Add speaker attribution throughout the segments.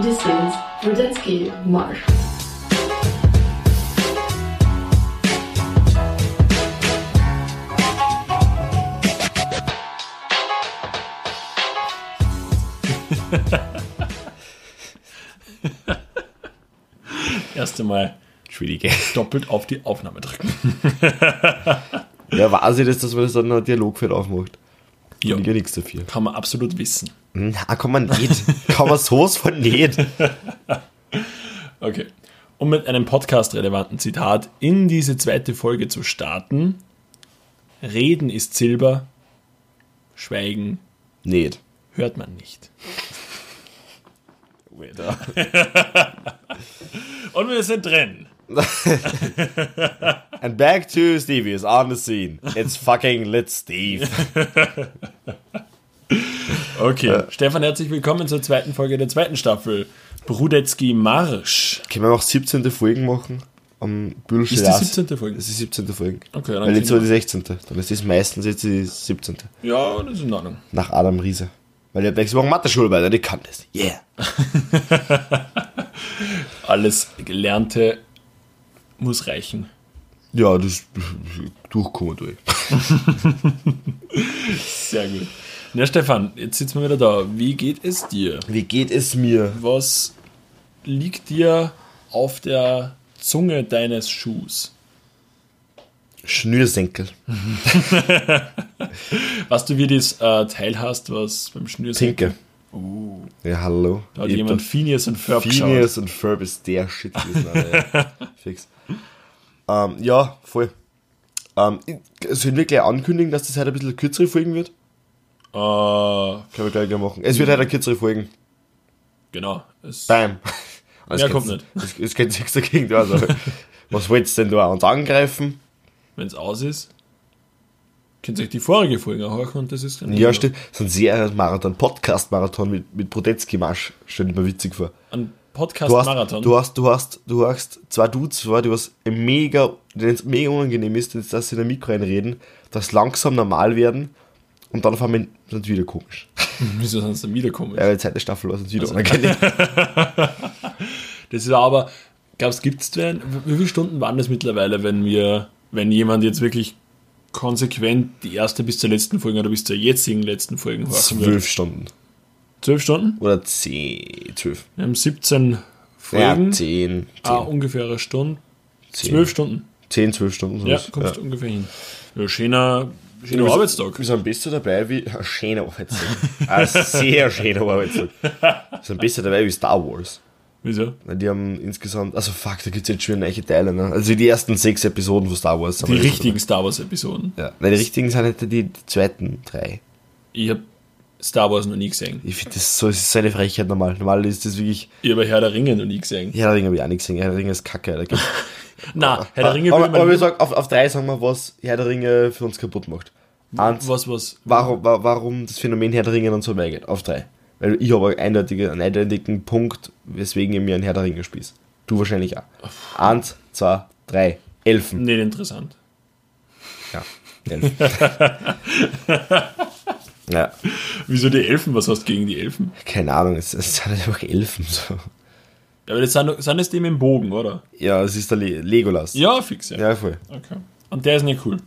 Speaker 1: Distance Rudetsky Marsh.
Speaker 2: Erste Mal
Speaker 3: Entschuldige.
Speaker 2: doppelt auf die Aufnahme drücken.
Speaker 3: Ja, weiß ich das, dass man das dann ein Dialogfeld aufmacht.
Speaker 2: Ja,
Speaker 3: Ich ja nichts dafür.
Speaker 2: kann man absolut wissen.
Speaker 3: Na, kann man ah, nicht. kann man sowas von nicht.
Speaker 2: Okay. Um mit einem podcast-relevanten Zitat in diese zweite Folge zu starten: Reden ist Silber, Schweigen
Speaker 3: Nicht.
Speaker 2: hört man nicht. Und wir sind drin.
Speaker 3: And back to Stevie is on the scene. It's fucking lit, Steve.
Speaker 2: Okay. Stefan, herzlich willkommen zur zweiten Folge der zweiten Staffel. Brudetski Marsch.
Speaker 3: Können wir noch 17. Folgen machen? Am Bülscher
Speaker 2: Ist die 17. Folge?
Speaker 3: Das ist die 17. Folge.
Speaker 2: Okay, dann
Speaker 3: Weil jetzt war
Speaker 2: können
Speaker 3: die 16. Dann ist das meistens jetzt die 17.
Speaker 2: Ja, das ist in Ordnung.
Speaker 3: Nach Adam Riese. Weil ich hab nächste Woche Mathe-Schule bei, und ich kann das. Yeah.
Speaker 2: Alles Gelernte muss reichen.
Speaker 3: Ja, das durchkommen durch.
Speaker 2: Sehr gut. Na Stefan, jetzt sitzen wir wieder da. Wie geht es dir?
Speaker 3: Wie geht es mir?
Speaker 2: Was liegt dir auf der Zunge deines Schuhs?
Speaker 3: Schnürsenkel.
Speaker 2: Weißt du, wie das äh, Teil hast, was beim Schnürsenkel...
Speaker 3: Tinke. Ja, hallo.
Speaker 2: Uh. Da hat
Speaker 3: Ich hab
Speaker 2: jemand Phineas und Ferb geschaut.
Speaker 3: Phineas und Ferb ist der Shit gewesen, Alter. ja. Fix. Ähm, ja, voll. Ähm, ich- sollen wir gleich ankündigen, dass das heute ein bisschen kürzere Folgen wird?
Speaker 2: Äh,
Speaker 3: Können wir gleich gleich machen. Es wird
Speaker 2: Mhm.
Speaker 3: heute eine kürzere Folgen.
Speaker 2: genau. Es,
Speaker 3: Bam.
Speaker 2: Mehr kommt nicht.
Speaker 3: Es, es geht nichts dagegen. Also, was willst du denn da? Uns angreifen?
Speaker 2: wenn's aus ist, könnt ihr euch die vorige Folge anhören und das ist dann
Speaker 3: Ja, stimmt. So ein Serienmarathon, Podcast-Marathon mit, mit Brodetzky-Marsch. Stell dir mal witzig vor.
Speaker 2: ein
Speaker 3: Du hast,
Speaker 2: Podcast-Marathon.
Speaker 3: du hast, du hast, du hast zwei Dudes vor, die was mega, denen es mega unangenehm ist, dass dass sie in ein Mikro reinreden, das langsam normal werden und dann auf einmal sind sie wieder komisch.
Speaker 2: Wieso sonst dann wiederkommen?
Speaker 3: Ja, weil die zweite Staffel war
Speaker 2: Also,
Speaker 3: sonst wieder unangenehm.
Speaker 2: Das ist aber, glaubst du, gibt's denn, wie viele Stunden waren das mittlerweile, wenn wir, wenn jemand jetzt wirklich konsequent die erste bis zur letzten Folge oder bis zur jetzigen letzten Folge horchen würde?
Speaker 3: Zwölf Stunden.
Speaker 2: Zwölf Stunden?
Speaker 3: Oder zehn, zwölf.
Speaker 2: Wir haben 17
Speaker 3: Ja,
Speaker 2: Folgen,
Speaker 3: zehn.
Speaker 2: ah,
Speaker 3: Zehn,
Speaker 2: ungefähr eine Stunde,
Speaker 3: zehn,
Speaker 2: zwölf Stunden.
Speaker 3: Zehn, zwölf Stunden.
Speaker 2: Ja,
Speaker 3: sowas.
Speaker 2: kommst du ungefähr hin. Ja, schöner, schöner
Speaker 3: Wir sind-
Speaker 2: Arbeitstag.
Speaker 3: Wir sind besser dabei wie ein schöner Arbeitstag. Ein sehr schöner Arbeitstag. Wir sind besser dabei wie Star Wars.
Speaker 2: Wieso?
Speaker 3: Weil Die haben insgesamt, also fuck, da gibt es jetzt schon neue Teile, ne? Also die ersten sechs Episoden von Star Wars.
Speaker 2: Die richtigen Star Wars-Episoden.
Speaker 3: Ja. Weil die richtigen sind halt die zweiten drei.
Speaker 2: Ich habe Star Wars noch nie gesehen.
Speaker 3: Ich finde das so, es ist so eine Frechheit normal. Normal ist das wirklich,
Speaker 2: Ich habe Herr der Ringe noch nie gesehen.
Speaker 3: Herr der Ringe habe ich auch nicht gesehen, Herr der Ringe ist kacke. Alter.
Speaker 2: Na, Herr der Ringe
Speaker 3: aber,
Speaker 2: will man
Speaker 3: aber ich
Speaker 2: nicht-
Speaker 3: sag, auf, auf drei sagen wir, was Herr der Ringe für uns kaputt macht. Eins,
Speaker 2: was, was.
Speaker 3: warum, wa- warum das Phänomen Herr der Ringe dann so weggeht. Auf drei. Weil ich habe einen eindeutigen, einen eindeutigen Punkt, weswegen ich mir einen Herr der Ringe spieß. Du wahrscheinlich auch. Eins, zwei, drei. Elfen.
Speaker 2: Nicht interessant.
Speaker 3: Ja, Elfen. ja,
Speaker 2: Wieso die Elfen? Was hast du gegen die Elfen?
Speaker 3: keine Ahnung, es, es sind halt einfach Elfen. So.
Speaker 2: Ja, aber das sind, sind es die mit dem Bogen, oder?
Speaker 3: Ja, es ist der Le Legolas.
Speaker 2: Ja, fix, ja.
Speaker 3: Ja, voll.
Speaker 2: Okay. Und der ist nicht cool.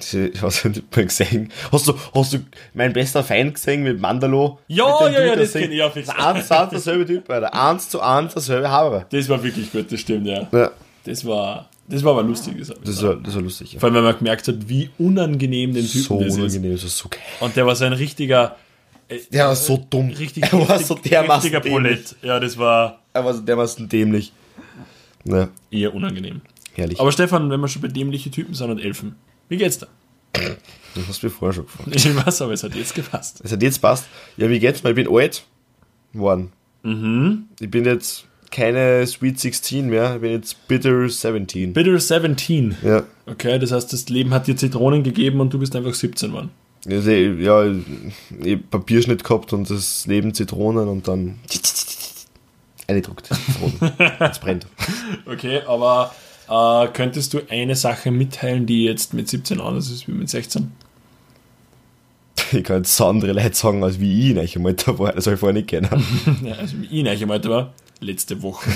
Speaker 3: Sie- Hast du nicht mal gesehen? Hast du, hast du mein bester Feind gesehen mit Mandalo?
Speaker 2: Ja,
Speaker 3: mit dem
Speaker 2: ja, ja,
Speaker 3: Dude,
Speaker 2: das
Speaker 3: der
Speaker 2: kenn ich auch fix.
Speaker 3: singt? Eins zu eins derselbe Typ, Alter. Eins zu eins derselbe Haare.
Speaker 2: Das war wirklich gut, das stimmt, ja.
Speaker 3: Ja,
Speaker 2: Das war, das war aber lustig, das hab ich
Speaker 3: das
Speaker 2: gesagt.
Speaker 3: war, das war lustig. Ja.
Speaker 2: Vor allem, wenn man gemerkt hat, wie unangenehm dem Typen
Speaker 3: so
Speaker 2: das
Speaker 3: unangenehm, das ist so geil.
Speaker 2: ist. Und der war so ein richtiger, äh,
Speaker 3: Der war so dumm.
Speaker 2: richtig,
Speaker 3: er war
Speaker 2: richtig,
Speaker 3: so dermaßen
Speaker 2: richtiger
Speaker 3: dämlich.
Speaker 2: Prolet. Ja, das war
Speaker 3: Er war so dermaßen dämlich. Ja,
Speaker 2: eher unangenehm.
Speaker 3: herrlich.
Speaker 2: Aber Stefan, wenn wir schon bei dämliche Typen sind und Elfen, wie geht's da?
Speaker 3: das hast du mir vorher schon gefragt.
Speaker 2: Ich weiß, aber es hat jetzt gepasst.
Speaker 3: Es hat jetzt passt. Ja, wie geht's mir? Ich bin alt geworden. Ich bin jetzt keine Sweet 16 mehr. Ich bin jetzt bitter 17.
Speaker 2: Bitter 17.
Speaker 3: ja.
Speaker 2: Okay, das heißt, das Leben hat dir Zitronen gegeben und du bist einfach 17 geworden.
Speaker 3: Also, ja, ich hab Papierschnitt gehabt und das Leben Zitronen und dann. Eingedruckt. Zitronen. Es brennt.
Speaker 2: Okay, aber äh, könntest du eine Sache mitteilen, die jetzt mit 17 anders ist wie mit 16?
Speaker 3: Ich kann jetzt so andere Leute sagen, als wie ich nicht einmal da war. Das soll ich vorher nicht kennen.
Speaker 2: Ja, also ich nicht einmal da war, letzte Woche.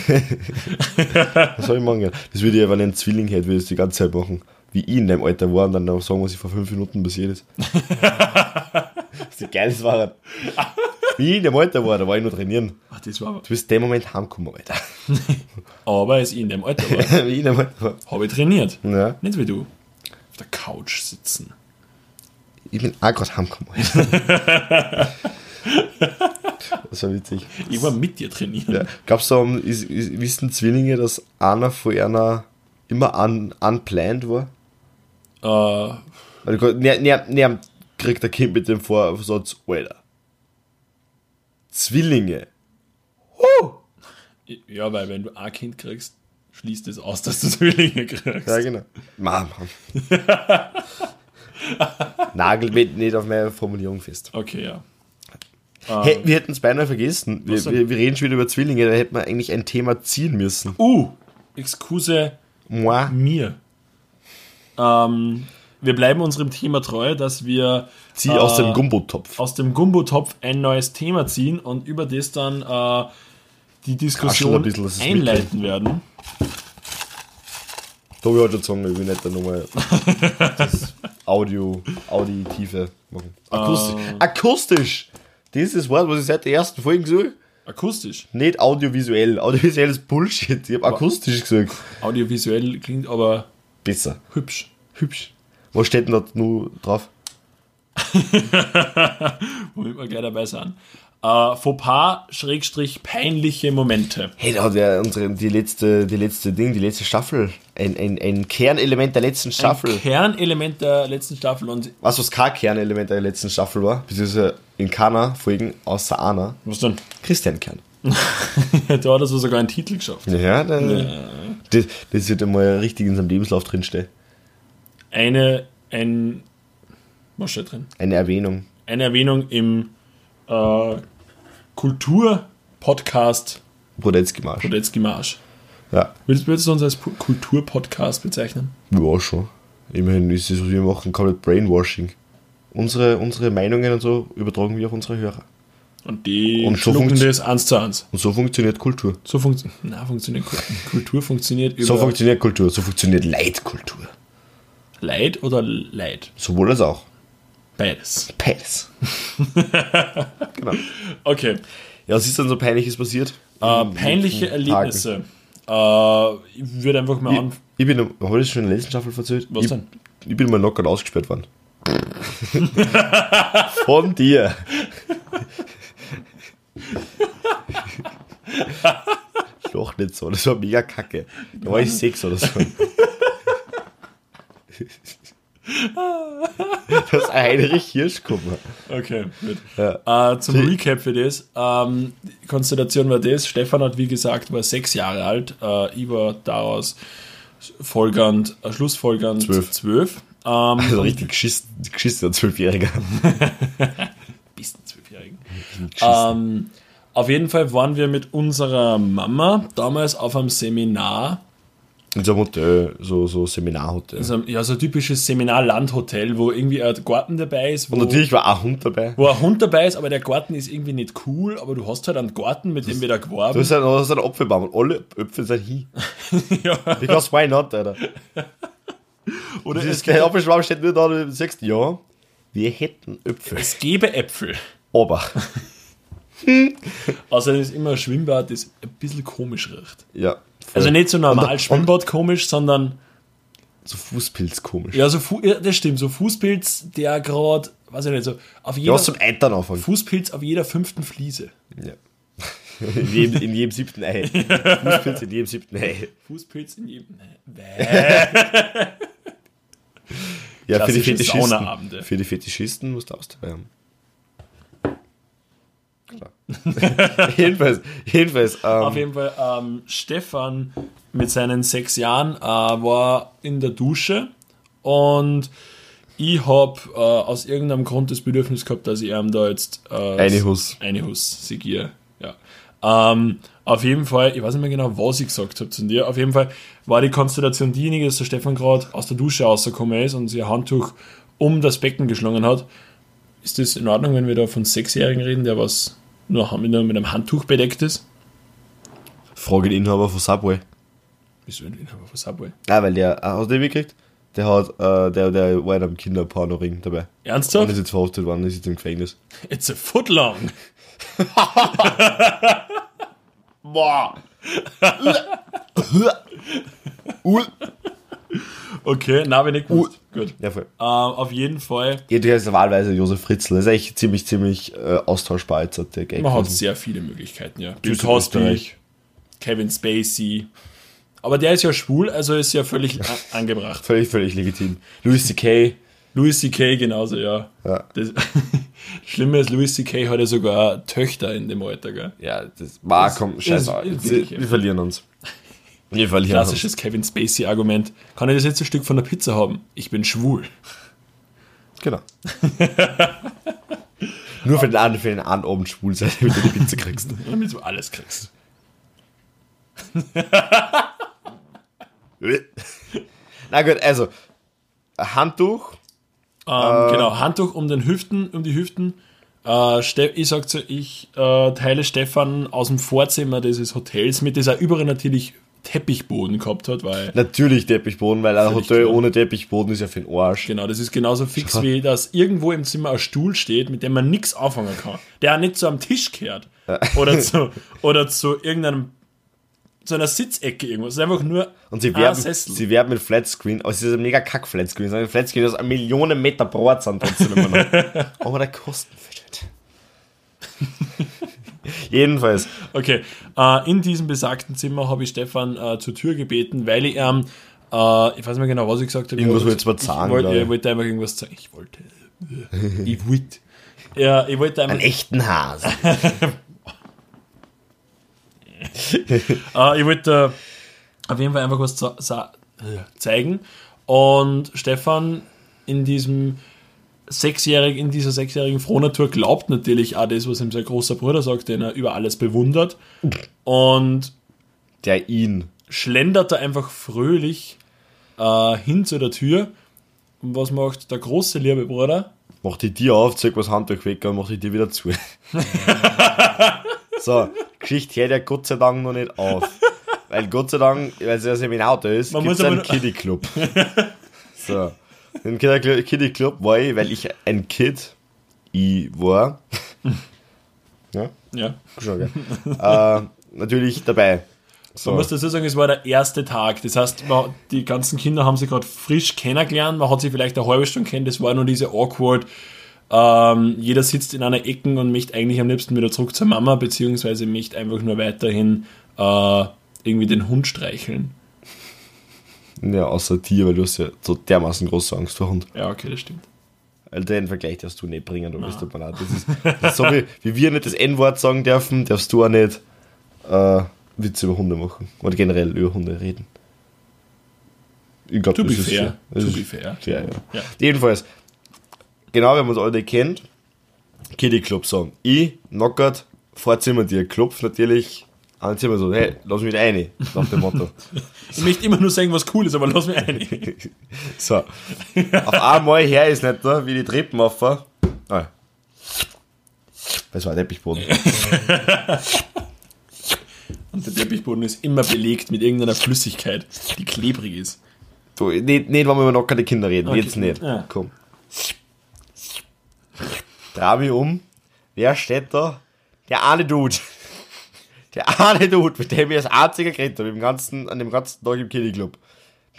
Speaker 3: Was soll ich machen? gell? Das würde ich, wenn ich einen Zwilling hätte, würde ich das die ganze Zeit machen. Wie ich in deinem Alter war und dann noch sagen, was ich vor fünf Minuten passiert ist. das ist die geilste Wahrheit. Wie ich in deinem Alter war, da war ich nur trainieren.
Speaker 2: Ah, das war
Speaker 3: Du bist in dem Moment heimgekommen, Alter.
Speaker 2: aber. als ich in dem Alter war,
Speaker 3: wie ich in deinem Alter war.
Speaker 2: habe ich trainiert.
Speaker 3: Ja.
Speaker 2: Nicht wie du. Auf der Couch sitzen.
Speaker 3: Ich bin auch gerade heimgekommen, Alter. Das war witzig.
Speaker 2: Ich war mit dir trainieren.
Speaker 3: Ja. Glaubst du, um, ist, ist, wissen Zwillinge, dass einer von einer immer un, unplanned war?
Speaker 2: Äh,
Speaker 3: Weil du kannst- ner- ner- ner- kriegt ein Kind mit dem Vorsatz, Alter. Zwillinge.
Speaker 2: ja, weil wenn du ein Kind kriegst, schließt es aus, dass du Zwillinge kriegst.
Speaker 3: Ja, genau. Mann, Mann. Nagel mich nicht auf meine Formulierung fest.
Speaker 2: Okay, ja.
Speaker 3: Hey, wir hätten es beinahe vergessen. Wir,
Speaker 2: Was denn?
Speaker 3: wir, wir reden schon wieder über Zwillinge, da hätten wir eigentlich ein Thema ziehen müssen.
Speaker 2: Uh, Excuse
Speaker 3: Moi.
Speaker 2: mir. Ähm, wir bleiben unserem Thema treu, dass wir äh,
Speaker 3: Zieh aus dem Gumbotopf.
Speaker 2: aus dem Gumbo-Topf ein neues Thema ziehen und über das dann äh, die Diskussion
Speaker 3: ein bisschen, das ist
Speaker 2: einleiten werden.
Speaker 3: Tobi hat schon gesagt, ich will nicht da nochmal das Audio, Auditive machen. Akustisch. Akustisch! Das ist das Wort, was ich seit der ersten Folge gesucht
Speaker 2: Akustisch.
Speaker 3: Nicht audiovisuell. Audiovisuell ist Bullshit. Ich habe akustisch gesagt.
Speaker 2: Audiovisuell klingt aber
Speaker 3: Besser.
Speaker 2: hübsch.
Speaker 3: Hübsch. Was steht denn da nur drauf?
Speaker 2: Womit wir gleich dabei sind. Äh, Fauxpas, Schrägstrich, peinliche Momente.
Speaker 3: Hey, da hat ja unsere, die letzte, die letzte Ding, die letzte Staffel. Ein, ein, ein Kernelement der letzten Staffel.
Speaker 2: Kernelement der letzten Staffel und
Speaker 3: Was, was kein Kernelement der letzten Staffel war? Beziehungsweise in keiner Folgen außer einer.
Speaker 2: was denn?
Speaker 3: Christian Kern.
Speaker 2: da hat er so sogar einen Titel geschafft.
Speaker 3: Ja, da, Das, das wird einmal richtig in seinem Lebenslauf drinstehen.
Speaker 2: Eine, ein, was steht drin?
Speaker 3: Eine Erwähnung.
Speaker 2: Eine Erwähnung im äh, Kultur-Podcast
Speaker 3: Brodetzky-Marsch.
Speaker 2: Radetzky Marsch.
Speaker 3: Ja.
Speaker 2: Würdest, würdest du uns als Pu- Kultur-Podcast bezeichnen?
Speaker 3: Ja, schon. Immerhin ist es, was wir machen, komplett Brainwashing. Unsere, unsere Meinungen und so übertragen wir auf unsere Hörer.
Speaker 2: Und die
Speaker 3: Und so
Speaker 2: schlucken
Speaker 3: funktio-
Speaker 2: das eins zu eins.
Speaker 3: Und so funktioniert Kultur.
Speaker 2: So funktio- na, funktioniert Ku- Kultur funktioniert über
Speaker 3: So funktioniert Kultur. So funktioniert Leitkultur.
Speaker 2: Leid oder Leid.
Speaker 3: Sowohl als auch.
Speaker 2: Beides.
Speaker 3: Pets. genau.
Speaker 2: Okay.
Speaker 3: Ja, was ist dann so peinliches passiert?
Speaker 2: Äh, peinliche Erlebnisse. Äh, ich würde einfach mal
Speaker 3: Ich,
Speaker 2: anfangen.
Speaker 3: ich bin, habe ich das schon in der letzten Staffel verzählt?
Speaker 2: Was
Speaker 3: ich,
Speaker 2: denn?
Speaker 3: Ich bin mal locker ausgesperrt worden. Von dir. Doch nicht so, das war mega kacke. Da war ich sechs oder so. Das ist Heinrich Hirsch gekommen.
Speaker 2: Okay, gut.
Speaker 3: Ja.
Speaker 2: Äh, zum Recap für das. Ähm, die Konstellation war das. Stefan hat, wie gesagt, war sechs Jahre alt. Äh, ich war daraus folgernd, äh, schlussfolgernd
Speaker 3: Zwölf.
Speaker 2: zwölf. Ähm,
Speaker 3: Also richtig geschissen, geschissener Zwölfjähriger.
Speaker 2: besten Zwölfjährigen. Ähm, auf jeden Fall waren wir mit unserer Mama damals auf einem Seminar,
Speaker 3: In so einem Hotel, so, so Seminarhotel.
Speaker 2: also, ja, so ein typisches Seminar-Landhotel, wo irgendwie ein Garten dabei ist,
Speaker 3: Und
Speaker 2: wo,
Speaker 3: natürlich war auch ein Hund dabei.
Speaker 2: wo ein Hund dabei ist, aber der Garten ist irgendwie nicht cool, aber du hast halt einen Garten, mit dem wir da
Speaker 3: Du
Speaker 2: geworben
Speaker 3: hast einen, du hast einen Apfelbaum und alle Äpfel sind hier.
Speaker 2: Ja.
Speaker 3: Because why not, Alter?
Speaker 2: Oder
Speaker 3: Das
Speaker 2: es
Speaker 3: ist,
Speaker 2: gibt
Speaker 3: der Apfelschwamm steht nur da und du sagst, ja, wir hätten Äpfel.
Speaker 2: Es gäbe Äpfel.
Speaker 3: Aber,
Speaker 2: Außerdem ist immer ein Schwimmbad, das ein bisschen komisch riecht.
Speaker 3: ja. voll.
Speaker 2: Also nicht so
Speaker 3: Und-
Speaker 2: normal
Speaker 3: und-
Speaker 2: Schwimmbad komisch, sondern
Speaker 3: So Fußpilz komisch. Ja,
Speaker 2: ja, so Fu ja, das stimmt, so Fußpilz, der gerade, weiß ich nicht, so auf
Speaker 3: du
Speaker 2: jeder
Speaker 3: hast zum Eitern anfangen.
Speaker 2: Fußpilz auf jeder fünften Fliese.
Speaker 3: Ja. In, jedem, in jedem siebten Ei. Fußpilz in jedem siebten Ei.
Speaker 2: Fußpilz in jedem.
Speaker 3: Ja, für die
Speaker 2: Klassische
Speaker 3: Fetischisten.
Speaker 2: Saunaabende.
Speaker 3: Für die Fetischisten musst du auch dabei haben. Klar. jedenfalls, jedenfalls.
Speaker 2: Auf
Speaker 3: Ähm,
Speaker 2: jeden Fall, ähm, Stefan mit seinen sechs Jahren äh, war in der Dusche und ich habe äh, aus irgendeinem Grund das Bedürfnis gehabt, dass ich ihm da jetzt äh,
Speaker 3: Eine Huss.
Speaker 2: Eine Huss, Sigier, ja. Ähm, auf jeden Fall, ich weiß nicht mehr genau, was ich gesagt habe zu dir, auf jeden Fall war die Konstellation diejenige, dass der Stefan gerade aus der Dusche rausgekommen ist und ihr Handtuch um das Becken geschlungen hat. Ist das in Ordnung, wenn wir da von Sechsjährigen reden, der was nur mit einem mit einem Handtuch bedeckt ist?
Speaker 3: Frage den Inhaber von Subway.
Speaker 2: Wieso ein Inhaber von Subway?
Speaker 3: Ah, weil der, ah, hast du den mitgekriegt? Der hat, äh, der, der war in einem Kinderpornoring dabei. Und
Speaker 2: Ernsthaft?
Speaker 3: ist jetzt verhaftet worden, ist jetzt im Gefängnis.
Speaker 2: It's a foot long.
Speaker 3: Boah! Ul.
Speaker 2: Okay, na, wenn ich gewusst. Gut.
Speaker 3: Ja, voll.
Speaker 2: Ähm, auf jeden Fall,
Speaker 3: Ja, du hast wahlweise Josef Fritzl. Das ist echt ziemlich, ziemlich äh, austauschbar jetzt, hat der Gag.
Speaker 2: man hat
Speaker 3: Also,
Speaker 2: sehr viele Möglichkeiten, ja. Bill
Speaker 3: Grüße
Speaker 2: Cosby,
Speaker 3: Österreich.
Speaker 2: Kevin Spacey. Aber der ist ja schwul, also ist ja völlig a- angebracht.
Speaker 3: Völlig, völlig legitim. Louis C.K.
Speaker 2: Louis C.K. genauso, ja.
Speaker 3: Ja.
Speaker 2: Das Schlimme ist, Louis C.K. hat ja sogar Töchter in dem Alter, gell?
Speaker 3: Ja, das war,
Speaker 2: Das
Speaker 3: komm,
Speaker 2: ist-
Speaker 3: scheiße.
Speaker 2: ist
Speaker 3: wir,
Speaker 2: wirklich-
Speaker 3: wir verlieren uns. Wir verlieren
Speaker 2: Klassisches Kevin Spacey-Argument. Kann ich das letzte Stück von der Pizza haben? Ich bin schwul.
Speaker 3: uns. Genau. Nur für den einen, für den einen Abend schwul sein, damit du die Pizza kriegst.
Speaker 2: Damit du alles kriegst.
Speaker 3: Na gut, also, ein Handtuch.
Speaker 2: Ähm,
Speaker 3: Äh,
Speaker 2: Genau, Handtuch um den Hüften, um die Hüften. Äh, Ste ich sag zu, ich äh, teile Stefan aus dem Vorzimmer dieses Hotels mit, das er überall natürlich Teppichboden gehabt hat, weil
Speaker 3: Natürlich Teppichboden, weil ein
Speaker 2: Völlig
Speaker 3: Hotel
Speaker 2: klar.
Speaker 3: ohne Teppichboden ist ja für den Arsch.
Speaker 2: genau, das ist genauso fix wie, dass irgendwo im Zimmer ein Stuhl steht, mit dem man nichts anfangen kann, der auch nicht zu einem Tisch kehrt oder zu, oder zu irgendeinem zu einer Sitzecke irgendwas. Es ist einfach nur
Speaker 3: Und sie
Speaker 2: ein
Speaker 3: werben,
Speaker 2: Ah, Sessel.
Speaker 3: sie werben mit Flatscreen, aber es ist ein mega Kack-Flatscreen. Es ist ein Flatscreen, das eine Millionen Meter breit sind trotzdem immer noch. aber der Kostenverschnitt. Jedenfalls,
Speaker 2: Okay, äh, in diesem besagten Zimmer habe ich Stefan äh, zur Tür gebeten, weil ich ähm, äh, ich weiß nicht mehr genau, was ich gesagt habe.
Speaker 3: Irgendwas
Speaker 2: Ich
Speaker 3: wolltest du was
Speaker 2: Ich
Speaker 3: sagen,
Speaker 2: wollte,
Speaker 3: glaub ich.
Speaker 2: ich wollte einfach irgendwas sagen. Ich wollte. ich wollte. Ja, ich wollte
Speaker 3: einen
Speaker 2: einfach.
Speaker 3: echten Hasen.
Speaker 2: Äh, ich wollte äh, auf jeden Fall einfach was za- sa- äh, zeigen. Und Stefan in diesem sechsjährigen, in dieser sechsjährigen Frohnatur glaubt natürlich auch das, was ihm sein großer Bruder sagt, den er über alles bewundert. Und
Speaker 3: Der ihn.
Speaker 2: schlendert er einfach fröhlich äh, hin zu der Tür. Und was macht der große liebe Bruder?
Speaker 3: Mach die Tür auf, zeig was Handtuch weg und mach die Tür wieder zu. so, Geschichte hört ja Gott sei Dank noch nicht auf. Weil Gott sei Dank, weil es ja im Auto ist,
Speaker 2: Man
Speaker 3: gibt es
Speaker 2: muss aber
Speaker 3: einen
Speaker 2: nur-
Speaker 3: Kiddie Club. so. Im Kinder- Kiddie Club war ich, weil ich ein Kid ich war. ja,
Speaker 2: Ja.
Speaker 3: schon geil. äh, natürlich dabei. So.
Speaker 2: Man muss dazu sagen, es war der erste Tag. Das heißt, man, die ganzen Kinder haben sich gerade frisch kennengelernt. Man hat sie vielleicht eine halbe Stunde kennt. Das war nur diese awkward. Ähm, jeder sitzt in einer Ecke und möchte eigentlich am liebsten wieder zurück zur Mama, beziehungsweise möchte einfach nur weiterhin äh, irgendwie den Hund streicheln.
Speaker 3: Ja, außer dir, weil du hast ja so dermaßen große Angst vor Hund.
Speaker 2: Ja, okay, das stimmt.
Speaker 3: Also den Vergleich darfst du nicht bringen, du bist mir leid. Das ist, das ist so wie, wie wir nicht das N-Wort sagen dürfen, darfst du auch nicht äh, Witze über Hunde machen. Oder generell über Hunde reden. Ich glaube,
Speaker 2: To
Speaker 3: das
Speaker 2: be
Speaker 3: ist
Speaker 2: fair.
Speaker 3: Das
Speaker 2: To
Speaker 3: ist
Speaker 2: be fair.
Speaker 3: fair ja.
Speaker 2: Ja.
Speaker 3: Jedenfalls, genau, wenn man es alle kennt, Kiddie Club Song. Ich, Knockout, Vorzimmer dir, klopf natürlich an den Zimmer so, hey, lass mich rein, nach dem Motto.
Speaker 2: Ich möchte immer nur sagen, was cool ist, aber lass mich ein.
Speaker 3: So. Auf einmal her ist nicht da, wie die Treppen auffahren. Ah. Das war ein Teppichboden.
Speaker 2: Und der Teppichboden ist immer belegt mit irgendeiner Flüssigkeit, die klebrig ist.
Speaker 3: Du, nicht, nicht, wenn wir über nackerte Kinder reden.
Speaker 2: Okay.
Speaker 3: Jetzt nicht.
Speaker 2: Ja.
Speaker 3: Komm. Dreh mich um. Wer steht da? Der eine Dude. Der eine Dude, mit dem ich als einziger geredet habe, im ganzen, an dem ganzen Tag im Kiddie-Club.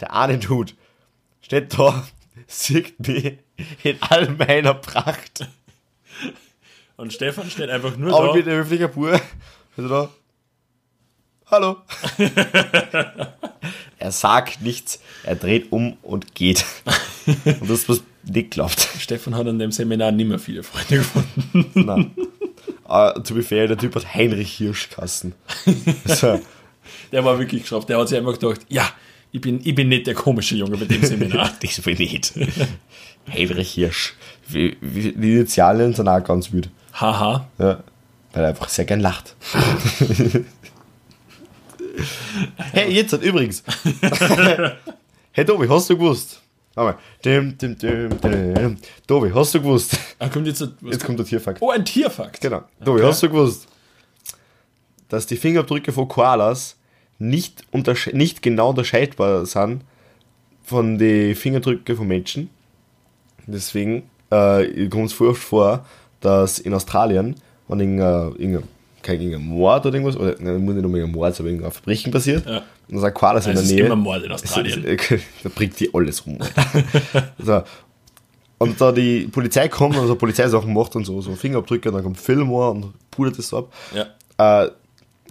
Speaker 3: Der eine Dude steht da, sieht mich in all meiner Pracht.
Speaker 2: Und Stefan steht einfach nur
Speaker 3: Aber
Speaker 2: da.
Speaker 3: ich bin ein höflicher Bur. Also da. Hallo. er sagt nichts, er dreht um und geht. Und das, was nicht glaubt.
Speaker 2: Stefan hat an dem Seminar nicht mehr viele Freunde gefunden.
Speaker 3: Nein. Äh, zu Befehl, der Typ hat Heinrich Also, Hirschkassen. So.
Speaker 2: Der war wirklich geschafft. Der hat sich einfach gedacht, ja, ich bin, ich bin nicht der komische Junge bei dem Seminar.
Speaker 3: Ich bin nicht. Heinrich Hirsch. Wie, wie, die Initialen sind auch ganz wild.
Speaker 2: Haha.
Speaker 3: Ja. Weil er einfach sehr gern lacht. hey, jetzt hat übrigens. hey Tobi, hast du gewusst, Einmal. Dim, dim, dim, dim. Tobi, hast du gewusst?
Speaker 2: Ah, kommt jetzt, ein- was
Speaker 3: Jetzt kommt der Tierfakt.
Speaker 2: Oh, ein Tierfakt.
Speaker 3: Genau. Tobi, hast du gewusst, dass die Fingerabdrücke von Koalas nicht, untersche- nicht genau unterscheidbar sind von den Fingerabdrücken von Menschen? Deswegen äh, kommt es voll oft vor, dass in Australien, wenn irgendein, irgendein, kein, irgendein Mord oder irgendwas, oder nein, muss nicht nur irgendein Mord, sein, aber irgendein Verbrechen passiert,
Speaker 2: Ja.
Speaker 3: und dann sind Koalas in
Speaker 2: Also
Speaker 3: der
Speaker 2: es ist
Speaker 3: Nähe.
Speaker 2: immer Mord in Australien.
Speaker 3: da bringt die alles um. so. Und da die Polizei kommt und so Polizeisachen macht und so, so Fingerabdrücke, und dann kommt Fillmore und pudert das ab.
Speaker 2: Ja.
Speaker 3: Äh,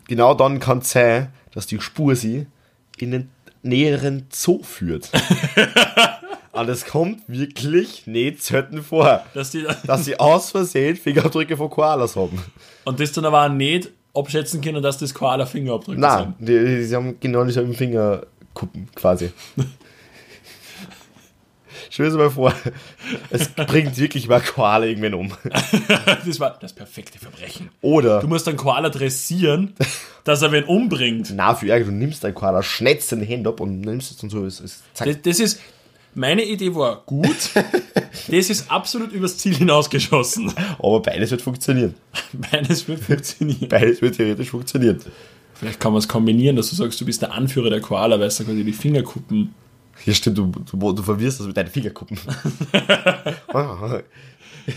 Speaker 3: genau dann kann es sein, dass die Spur sie in den näheren Zoo führt. Aber das kommt wirklich nicht selten vor,
Speaker 2: Dass die,
Speaker 3: dass sie aus Versehen Fingerabdrücke von Koalas haben.
Speaker 2: und das dann aber auch nicht abschätzen können, dass das Koala-Fingerabdrücke
Speaker 3: Nein,
Speaker 2: sind.
Speaker 3: die, die, sie haben genau dieselben Fingerkuppen quasi. Stell dir das mal vor, es bringt wirklich mal Koala irgendwen um.
Speaker 2: Das war das perfekte Verbrechen.
Speaker 3: Oder,
Speaker 2: Du musst einen Koala dressieren, dass er wen umbringt.
Speaker 3: na für Ärger, du nimmst dein Koala, schnetzt deine Hände ab und nimmst es dann so, es, es, zack,
Speaker 2: Das, das ist, meine Idee war gut, das ist absolut übers Ziel hinausgeschossen.
Speaker 3: aber beides wird funktionieren.
Speaker 2: Meines wird funktionieren.
Speaker 3: Beides wird theoretisch funktionieren.
Speaker 2: Vielleicht kann man es kombinieren, dass du sagst, du bist der Anführer der Koala, weißt du, quasi die Fingerkuppen.
Speaker 3: Ja, stimmt, du, du, du verwirrst das mit deinen Fingerkuppen. Ah.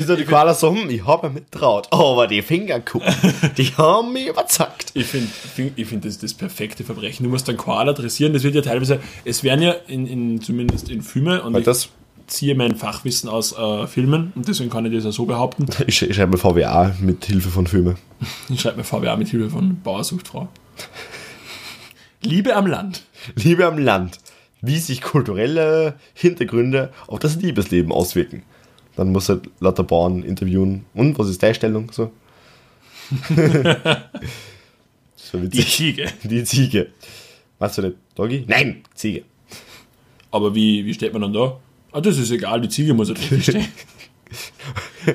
Speaker 3: so, die Koalas so, hm, ich habe mir mittraut, aber die Fingerkuppen, die haben mich überzackt.
Speaker 2: Ich finde, ich find, das ist das perfekte Verbrechen. Du musst einen Koala dressieren, das wird ja teilweise, es werden ja in, in, zumindest in Filme, und
Speaker 3: Weil
Speaker 2: ich
Speaker 3: das-
Speaker 2: ziehe mein Fachwissen aus äh, Filmen, und deswegen kann ich das ja so behaupten.
Speaker 3: Ich, sch- ich schreibe VWA mit Hilfe von Filmen.
Speaker 2: Ich schreibe mir VWA mit Hilfe von Bauersuchtfrau. Liebe am Land.
Speaker 3: Liebe am Land, wie sich kulturelle Hintergründe auf das Liebesleben auswirken. Dann muss halt lauter Bauern interviewen. Und was ist deine Stellung? So. so
Speaker 2: Die
Speaker 3: witzig.
Speaker 2: Ziege.
Speaker 3: Die, Ziege. Meinst du nicht Doggy? Nein, Ziege.
Speaker 2: Aber wie, wie steht man dann da? Ah, das ist egal, die Ziege muss halt richtig stehen.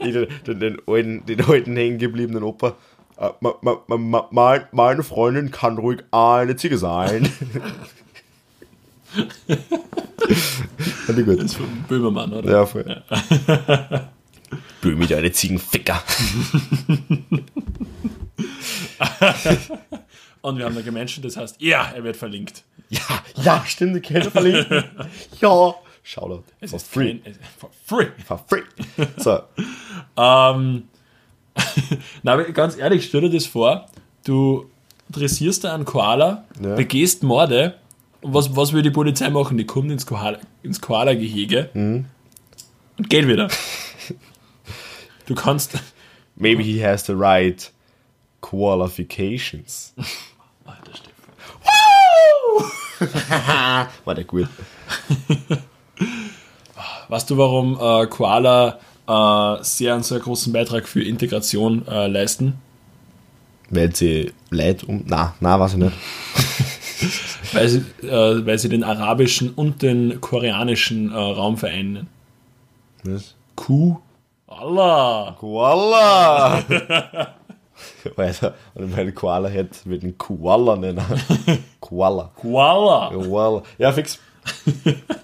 Speaker 3: Den, den, den alten, den alten hängengebliebenen Opa. Äh, ma, ma, ma, ma, mein- meine Freundin kann ruhig eine Ziege sein. Fand ich gut.
Speaker 2: Das ist von Böhmermann, oder?
Speaker 3: Ja, voll. Böhmi, deine Ziegenficker.
Speaker 2: Und wir haben da gemenschen, das heißt, ja, er wird verlinkt.
Speaker 3: Ja, ja, stimmt, die Kette verlinken. ja. Shoutout.
Speaker 2: Es
Speaker 3: For
Speaker 2: ist
Speaker 3: free.
Speaker 2: kein- es- for free.
Speaker 3: For free. So,
Speaker 2: Ähm, na, aber ganz ehrlich, stell dir das vor, du dressierst da einen Koala,
Speaker 3: Ja.
Speaker 2: begehst Morde. Und was, was will die Polizei machen? Die kommt ins Koala- ins Koala-Gehege
Speaker 3: Mhm.
Speaker 2: und geht wieder. Du kannst.
Speaker 3: maybe he has the right qualifications.
Speaker 2: Alter Stefan.
Speaker 3: War der gut.
Speaker 2: Weißt du, warum äh, Koala äh, sehr einen sehr großen Beitrag für Integration äh, leisten?
Speaker 3: Weil sie leid um. Na, na, weiß ich nicht.
Speaker 2: Weil sie, äh, weil sie den arabischen und den koreanischen äh, Raum vereinen.
Speaker 3: Was?
Speaker 2: Kuh. Allah.
Speaker 3: Koala! Alter, und meine Koala hätte mit einem Koala nennen. Koala.
Speaker 2: Koala.
Speaker 3: Koala. Ja, fix.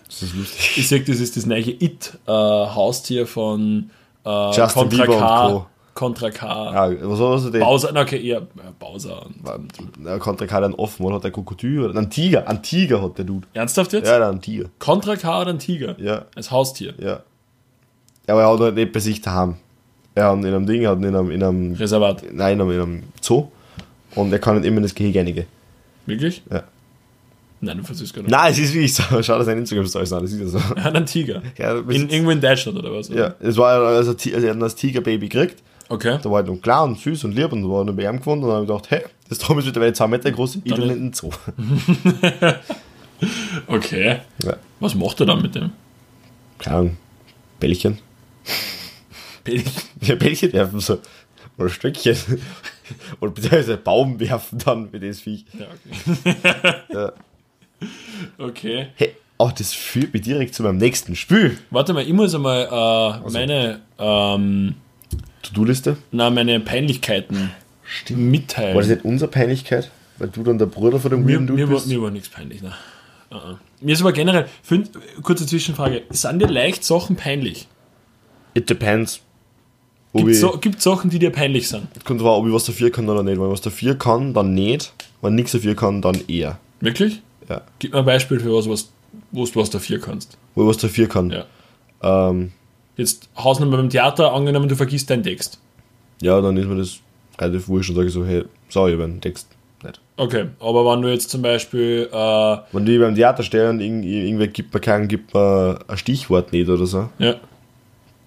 Speaker 3: Das ist lustig.
Speaker 2: Ich sag, das ist das neue It-Haustier von äh,
Speaker 3: Justin
Speaker 2: Contra
Speaker 3: Bieber und
Speaker 2: K.
Speaker 3: Co.
Speaker 2: Contra K.
Speaker 3: Ah, was war das denn? Ähm,
Speaker 2: Bowser, na, okay, eher äh, Bowser. Und,
Speaker 3: Na, Contra K hat einen offen, oder? Hat der Krokodil oder? Einen Tiger, einen Tiger hat der Dude.
Speaker 2: Ernsthaft jetzt?
Speaker 3: Ja, der hat einen Tiger.
Speaker 2: Contra K oder ein Tiger?
Speaker 3: Ja.
Speaker 2: Als Haustier.
Speaker 3: Ja. Aber er hat halt nicht bei sich daheim. Er hat ihn in einem Ding, er hat ihn in einem, in einem
Speaker 2: Reservat.
Speaker 3: nein, in einem, in einem Zoo. Und er kann nicht immer in das Gehege reinigen.
Speaker 2: Wirklich?
Speaker 3: Ja.
Speaker 2: Nein, in Francisco. oder?
Speaker 3: Nein, es ist wirklich so. Schau dir seine Instagram-Stories an, das ist ja so.
Speaker 2: Er hat einen Tiger.
Speaker 3: Ja, du bist-
Speaker 2: in, irgendwo in Deutschland oder was?
Speaker 3: Ja, es war ja, also, also er hat ihn als Tigerbaby gekriegt.
Speaker 2: Okay.
Speaker 3: Da war halt noch klar und süß und lieb und da war nur bei ihm gewohnt. Und dann habe ich gedacht, hey, das Tom ist mittlerweile 2 Meter groß, ich will
Speaker 2: Dann-
Speaker 3: in den Zoo.
Speaker 2: Okay.
Speaker 3: Ja,
Speaker 2: Was macht er dann mit dem?
Speaker 3: keine Ahnung. Bällchen. Ja, Bällchen werfen so. Oder Stöckchen. Oder beziehungsweise Baum werfen dann mit das Viech.
Speaker 2: Ja, okay.
Speaker 3: Ja.
Speaker 2: okay.
Speaker 3: Hey, auch das führt mich direkt zu meinem nächsten Spiel.
Speaker 2: Warte mal, ich muss einmal äh,
Speaker 3: Also-
Speaker 2: meine, ähm,
Speaker 3: To-Do-Liste.
Speaker 2: na, meine Peinlichkeiten mitteilen.
Speaker 3: War das nicht unsere Peinlichkeit? Weil du dann der Bruder von dem
Speaker 2: mir,
Speaker 3: weirden Dude
Speaker 2: mir, war,
Speaker 3: bist?
Speaker 2: mir war nichts peinlich. Ne? Mir ist aber generell, find, kurze Zwischenfrage, sind dir leicht Sachen peinlich?
Speaker 3: It depends. Ob
Speaker 2: Gibt
Speaker 3: ich,
Speaker 2: so, gibt's Sachen, die dir peinlich sind?
Speaker 3: kommt drauf, an, ob ich was dafür kann oder nicht. Wenn ich was dafür kann, dann nicht. Wenn ich nichts dafür kann, dann eher.
Speaker 2: Wirklich?
Speaker 3: Ja.
Speaker 2: Gib mir ein Beispiel für was, was wo du was dafür kannst.
Speaker 3: Wo ich was dafür kann.
Speaker 2: Ja.
Speaker 3: Ähm,
Speaker 2: Jetzt Hausnummer beim Theater, angenommen, du vergisst deinen Text.
Speaker 3: ja, dann ist mir das relativ wurscht und sage ich so, hey, sorry, ich hab einen Text nicht.
Speaker 2: Okay, aber wenn du jetzt zum Beispiel, äh, ja,
Speaker 3: Wenn die beim Theater stehen und irgend, irgendwer gibt mir keinen, gibt mir ein Stichwort nicht oder so,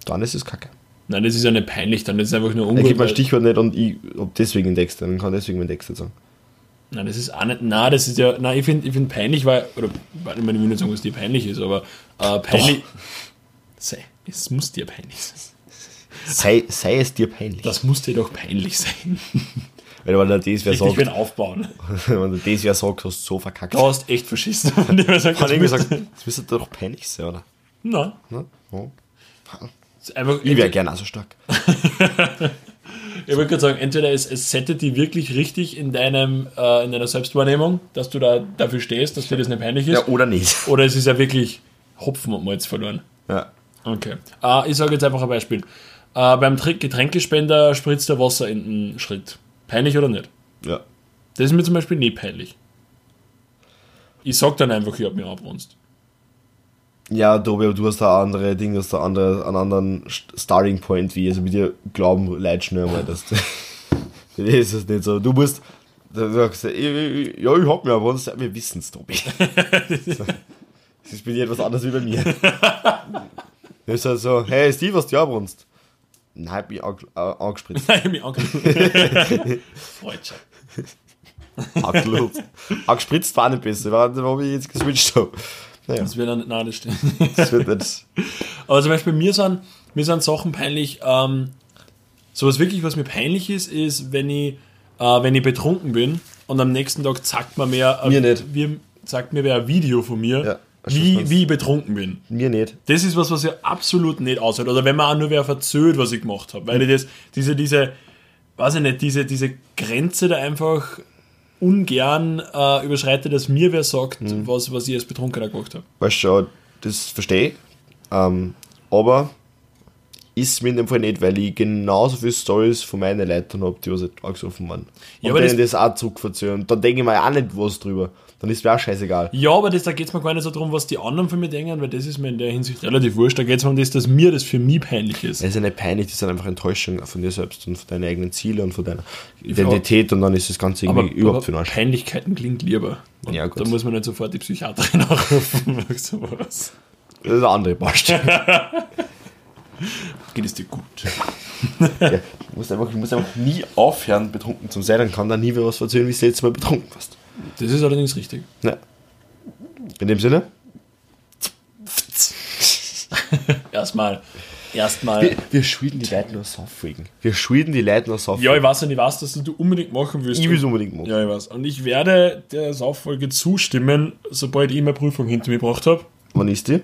Speaker 3: dann ist es kacke.
Speaker 2: nein, das ist ja nicht peinlich, dann ist es einfach nur
Speaker 3: Er
Speaker 2: ungut.
Speaker 3: gibt mir ein
Speaker 2: weil-
Speaker 3: Stichwort nicht und ich hab deswegen einen Text, dann kann deswegen meinen Text nicht sagen.
Speaker 2: Nein, das ist auch nicht, nein, das ist ja, nein, ich finde ich find peinlich, weil, oder, warte mal, ich will nicht sagen, was dir peinlich ist, aber äh, peinlich, sei, es muss dir peinlich sein.
Speaker 3: Sei, sei es dir peinlich.
Speaker 2: Das muss dir doch peinlich sein.
Speaker 3: Weil wenn der das wer
Speaker 2: Ich
Speaker 3: sagt,
Speaker 2: bin aufbauen.
Speaker 3: wenn der das wer sagt, hast du so verkackt.
Speaker 2: Du hast echt verschissen. Wenn dir wer sagt,
Speaker 3: Hat
Speaker 2: das
Speaker 3: irgendwie gesagt,
Speaker 2: müsste-
Speaker 3: das müsste doch peinlich sein, oder?
Speaker 2: Nein,
Speaker 3: Ne? Ja.
Speaker 2: es ist einfach,
Speaker 3: Ich wäre gerne auch so stark.
Speaker 2: Ich wollte gerade sagen, entweder es, es settet die wirklich richtig in, deinem, äh, in deiner Selbstwahrnehmung, dass du da dafür stehst, dass dir das nicht peinlich ist,
Speaker 3: Ja, oh. oder nicht.
Speaker 2: oder es ist ja wirklich Hopfen und Malz verloren.
Speaker 3: Ja.
Speaker 2: Okay. Äh, ich sage jetzt einfach ein Beispiel. Äh, beim Tr- Getränkespender spritzt der Wasser in den Schritt. Peinlich oder nicht?
Speaker 3: ja.
Speaker 2: Das ist mir zum Beispiel nie peinlich. Ich sag dann einfach, ich hab mir abwohnst.
Speaker 3: Ja, Tobi, aber du hast da andere Dinge, hast da andere, einen anderen St- Starting Point wie. Also mit dir glauben Leute schnell mal, dass du. das ist es nicht so. Du musst. Da sagst du, ich- ich- ja, ich hab mir aber uns, wir wissen's, Tobi. Das ist bei dir etwas anders wie bei mir. Das ist halt so, hey Steve, hast du ja brunst? Nein, hab ich ang- äh, angespritzt.
Speaker 2: Nein, ich hab mich angeguckt. Freudscher.
Speaker 3: Absolut. angespritzt war nicht besser, warum ich jetzt geswitcht habe. Naja,
Speaker 2: Das wird dann nicht nahe stehen.
Speaker 3: das wird jetzt.
Speaker 2: Aber zum Beispiel mir sind, mir sind Sachen peinlich. Ähm, sowas wirklich, was mir peinlich ist, ist, wenn ich, äh, wenn ich betrunken bin und am nächsten Tag sagt man mir,
Speaker 3: Mir nicht.
Speaker 2: Wir, sagt mir wer ein Video von mir,
Speaker 3: Ja, das
Speaker 2: wie,
Speaker 3: stimmt.
Speaker 2: wie ich betrunken bin.
Speaker 3: Mir nicht.
Speaker 2: Das ist was, was ich absolut nicht aushält. Oder wenn man auch nur wer verzögert, was ich gemacht habe. Weil ich das, diese, diese, weiß ich nicht, diese, diese Grenze da einfach ungern äh, überschreite, dass mir wer sagt, was, was ich als Betrunkener gemacht habe.
Speaker 3: Weißt du, das verstehe ich. Ähm, aber ist mir in dem Fall nicht, weil ich genauso viele Stories von meinen Leitern habe, die was nicht angerufen waren. Und
Speaker 2: Ja,
Speaker 3: ja,
Speaker 2: aber
Speaker 3: aber denen das, auch zurückverziehen. Dann denke ich mir auch nicht was drüber. Dann ist mir auch scheißegal.
Speaker 2: Ja, aber das, da geht es mir gar nicht so darum, was die anderen von mir denken, weil das ist mir in der Hinsicht relativ wurscht. Da geht es mir um das, dass mir das für mich peinlich ist.
Speaker 3: Das ist ja nicht peinlich, das ist einfach Enttäuschung von dir selbst und von deinen eigenen Zielen und von deiner Identität und dann ist das Ganze irgendwie
Speaker 2: Aber, aber
Speaker 3: überhaupt für den Arsch.
Speaker 2: Peinlichkeiten klingt lieber. Und
Speaker 3: Ja, gut.
Speaker 2: Da muss man nicht sofort die Psychiaterin anrufen oder sowas.
Speaker 3: Das ist eine andere Baustelle.
Speaker 2: Geht es dir gut?
Speaker 3: ja, du, musst einfach, du musst einfach nie aufhören, betrunken zu sein, dann kann da nie wieder was erzählen, wie du das letzte Mal betrunken warst.
Speaker 2: Das ist allerdings richtig.
Speaker 3: Ja. In dem Sinne,
Speaker 2: Erstmal. Erstmal.
Speaker 3: Wir, wir schulden die Leute nur Softwegen. Wir schulden die Leute nur Softwegen.
Speaker 2: Ja, ich weiß ja nicht, was dass du unbedingt machen willst.
Speaker 3: ich will es unbedingt machen.
Speaker 2: Ja, ich weiß. Und ich werde der Sauffolge zustimmen, sobald ich meine Prüfung hinter mir gebracht habe.
Speaker 3: Wann ist die?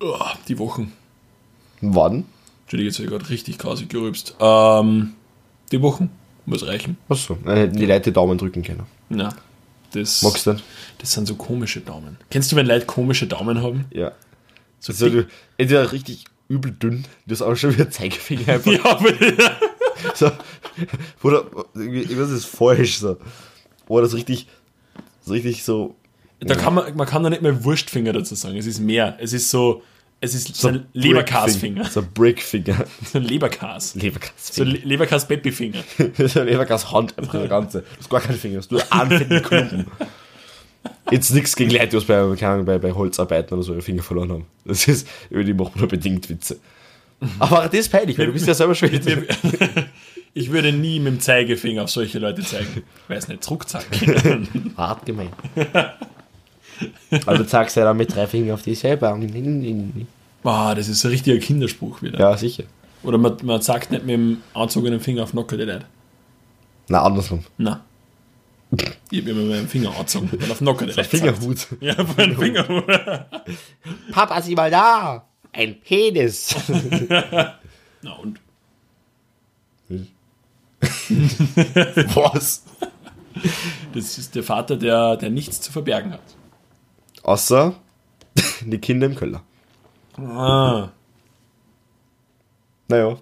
Speaker 2: Oh, die Wochen.
Speaker 3: Wann?
Speaker 2: Entschuldige, jetzt habe ich gerade richtig grausig gerübst. Ähm, die Wochen muss reichen.
Speaker 3: Achso, dann hätten die Leute Daumen drücken können.
Speaker 2: Na, das,
Speaker 3: Magst du denn?
Speaker 2: das sind so komische Daumen. Kennst du, wenn Leute komische Daumen haben?
Speaker 3: Ja.
Speaker 2: So
Speaker 3: Also,
Speaker 2: dick-
Speaker 3: du, entweder richtig übel dünn, das ist auch schon wieder Zeigefinger einfach.
Speaker 2: ja, aber,
Speaker 3: So. Oder irgendwas ist falsch. So. Oder das richtig, so richtig so.
Speaker 2: da kann man, man kann da nicht mehr Wurstfinger dazu sagen. Es ist mehr. Es ist so, es ist so ein Leberkasfinger.
Speaker 3: So Brickfinger.
Speaker 2: So ein Leberkas. So
Speaker 3: Leberkasfinger.
Speaker 2: ein Leberkas-Babyfinger.
Speaker 3: Das ist ein Evergas Hand, einfach der ganze. Du hast gar keinen Finger, du hast einen fetten Klumpen. Jetzt nichts gegen Leute, die was bei, keine Ahnung, bei, bei Holzarbeiten oder so ihre Finger verloren haben. Das ist, über die macht man nur bedingt Witze. Aber das ist peinlich, weil du bist ja selber schuld.
Speaker 2: Wir- Ich würde nie mit dem Zeigefinger auf solche Leute zeigen. Weiß nicht, Rucksack.
Speaker 3: Hart gemein. Aber du zeigst ja dann mit drei Fingern auf dich selber.
Speaker 2: Boah, das ist so ein richtiger Kinderspruch wieder.
Speaker 3: Ja, sicher.
Speaker 2: Oder man, man sagt nicht mit dem anzogenen Finger auf Knocke die Leute.
Speaker 3: Na, andersrum.
Speaker 2: Nein. Ich hab immer mit meinem Finger angezogen. Weil auf Knocke die Leute sagt.
Speaker 3: Fingerhut.
Speaker 2: Ja, auf meinen Finger.
Speaker 3: Papa, sieh mal da! Ein Penis!
Speaker 2: Na und?
Speaker 3: Was?
Speaker 2: Das ist der Vater, der, der nichts zu verbergen hat.
Speaker 3: Außer die Kinder im Keller.
Speaker 2: Ah.
Speaker 3: Naja.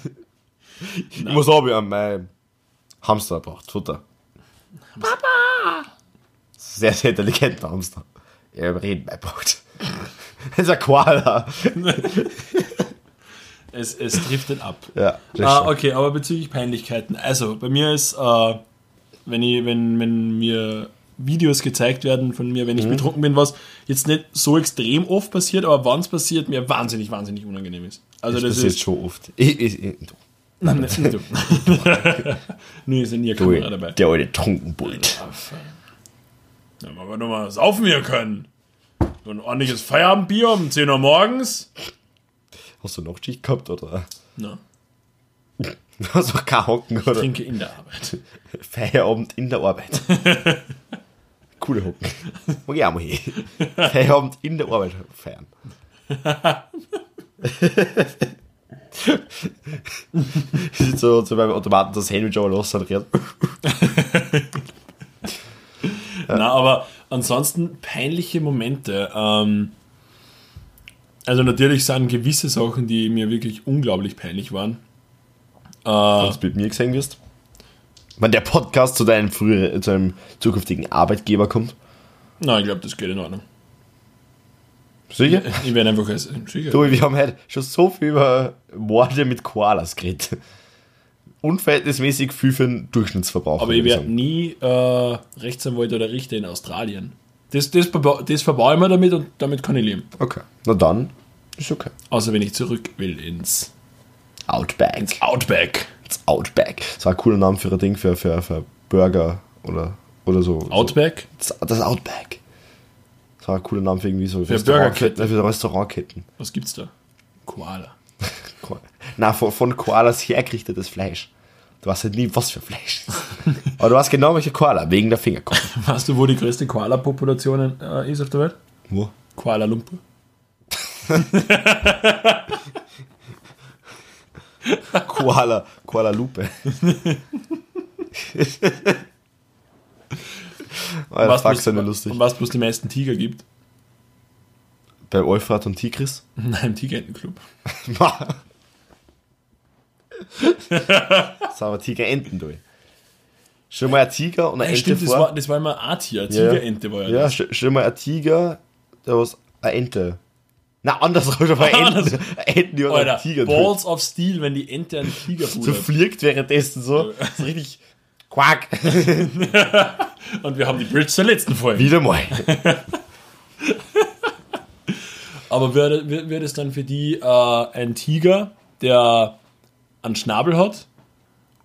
Speaker 3: Papa! Was habe ich an meinem Hamster gebracht? Futter. Papa! Sehr, sehr intelligenter Hamster. Er hat Reden beibracht. Das ist ein Koala.
Speaker 2: Es, es driftet ab.
Speaker 3: Ja, das
Speaker 2: Ah,
Speaker 3: schon.
Speaker 2: okay, aber bezüglich Peinlichkeiten. Also, bei mir ist, äh, wenn, ich, wenn, wenn mir Videos gezeigt werden von mir, wenn
Speaker 3: Mhm.
Speaker 2: ich betrunken bin, was jetzt nicht so extrem oft passiert, aber wann es passiert, mir wahnsinnig, wahnsinnig unangenehm ist. Also,
Speaker 3: Das
Speaker 2: das,
Speaker 3: passiert
Speaker 2: ist.
Speaker 3: schon oft. Ich, ich, ich,
Speaker 2: Nein, nicht du. Nur ist ja nie eine
Speaker 3: du,
Speaker 2: Kamera dabei.
Speaker 3: der alte Trunkenbult.
Speaker 2: Ja, aber nur mal saufen hier können. So ein ordentliches Feierabendbier um 10 Uhr morgens.
Speaker 3: Hast du noch Schicht gehabt, oder?
Speaker 2: Na,
Speaker 3: Du hast doch kein Hocken, oder?
Speaker 2: trinke in der Arbeit.
Speaker 3: Feierabend in der Arbeit. Coole Hocken. Mag ich auch mal hin. Feierabend in der Arbeit feiern. Ich sitze so äh, zu meinem Automaten das Sandwich aber los und reden.
Speaker 2: Na, aber ansonsten peinliche Momente. Ähm, also natürlich sind gewisse Sachen, die mir wirklich unglaublich peinlich waren.
Speaker 3: Wenn du mit mir gesehen wirst. Wenn der Podcast zu deinem, früher, äh, zu deinem zukünftigen Arbeitgeber kommt.
Speaker 2: Na, ich glaube, das geht in Ordnung.
Speaker 3: Sicher?
Speaker 2: Ich werde einfach als sicher.
Speaker 3: Du, wir haben heute schon so viel über Morde mit Koalas geredet. Unverhältnismäßig viel für den Durchschnittsverbraucher.
Speaker 2: Aber ich
Speaker 3: würde
Speaker 2: werde
Speaker 3: sagen.
Speaker 2: nie äh, Rechtsanwalt oder Richter in Australien. Das, das, verba- das verbaue ich mir damit und damit kann ich leben.
Speaker 3: Okay. Na dann, ist okay.
Speaker 2: Außer wenn ich zurück will ins
Speaker 3: Outback.
Speaker 2: Outback.
Speaker 3: Ins Outback. Das war ein cooler Name für ein Ding, für, für, für Burger oder, oder so.
Speaker 2: Outback?
Speaker 3: So, Das, das Outback. Das war ein cooler Name für irgendwie so
Speaker 2: Burgerketten.
Speaker 3: Restaurantketten. Für Restaurantketten.
Speaker 2: Was gibt's da? Koala.
Speaker 3: Ko- Na, von, von Koalas hergerichtetes Fleisch. Du weißt halt nie, was für Fleisch. es ist. Aber du weißt genau, welche Koala, wegen der Fingerkuppe.
Speaker 2: Weißt du, wo die größte Koala-Population äh, ist auf der Welt?
Speaker 3: Wo?
Speaker 2: Kuala Lumpur.
Speaker 3: Koala, Koala Lupe. Alter,
Speaker 2: Was
Speaker 3: Ah, fuck,
Speaker 2: bloß,
Speaker 3: sind wir lustig.
Speaker 2: Und was bloß die meisten Tiger gibt?
Speaker 3: Bei Euphrat und Tigris?
Speaker 2: Nein, im Tigerentenclub.
Speaker 3: Sagen wir Tigerenten, du. Stell mal ein Tiger und eine
Speaker 2: Ey,
Speaker 3: Ente
Speaker 2: stimmt, das
Speaker 3: vor.
Speaker 2: war, das war immer ein Tier.
Speaker 3: Ja, ja.
Speaker 2: Tigerente war ja.
Speaker 3: Ja,
Speaker 2: das.
Speaker 3: stell, stell mal ein Tiger, der was eine Ente. Na, andersrum, schon mal Enten.
Speaker 2: Andersrum.
Speaker 3: Enten, die was
Speaker 2: Alter,
Speaker 3: einen Tiger töten.
Speaker 2: Balls of Steel, wenn die Ente einen Tiger
Speaker 3: So
Speaker 2: pudert.
Speaker 3: fliegt währenddessen so. Das ist richtig. Quack.
Speaker 2: Und wir haben die Bridge zur letzten Folge.
Speaker 3: Wieder mal.
Speaker 2: Aber wäre wär, wär das dann für die äh, ein Tiger, der einen Schnabel hat?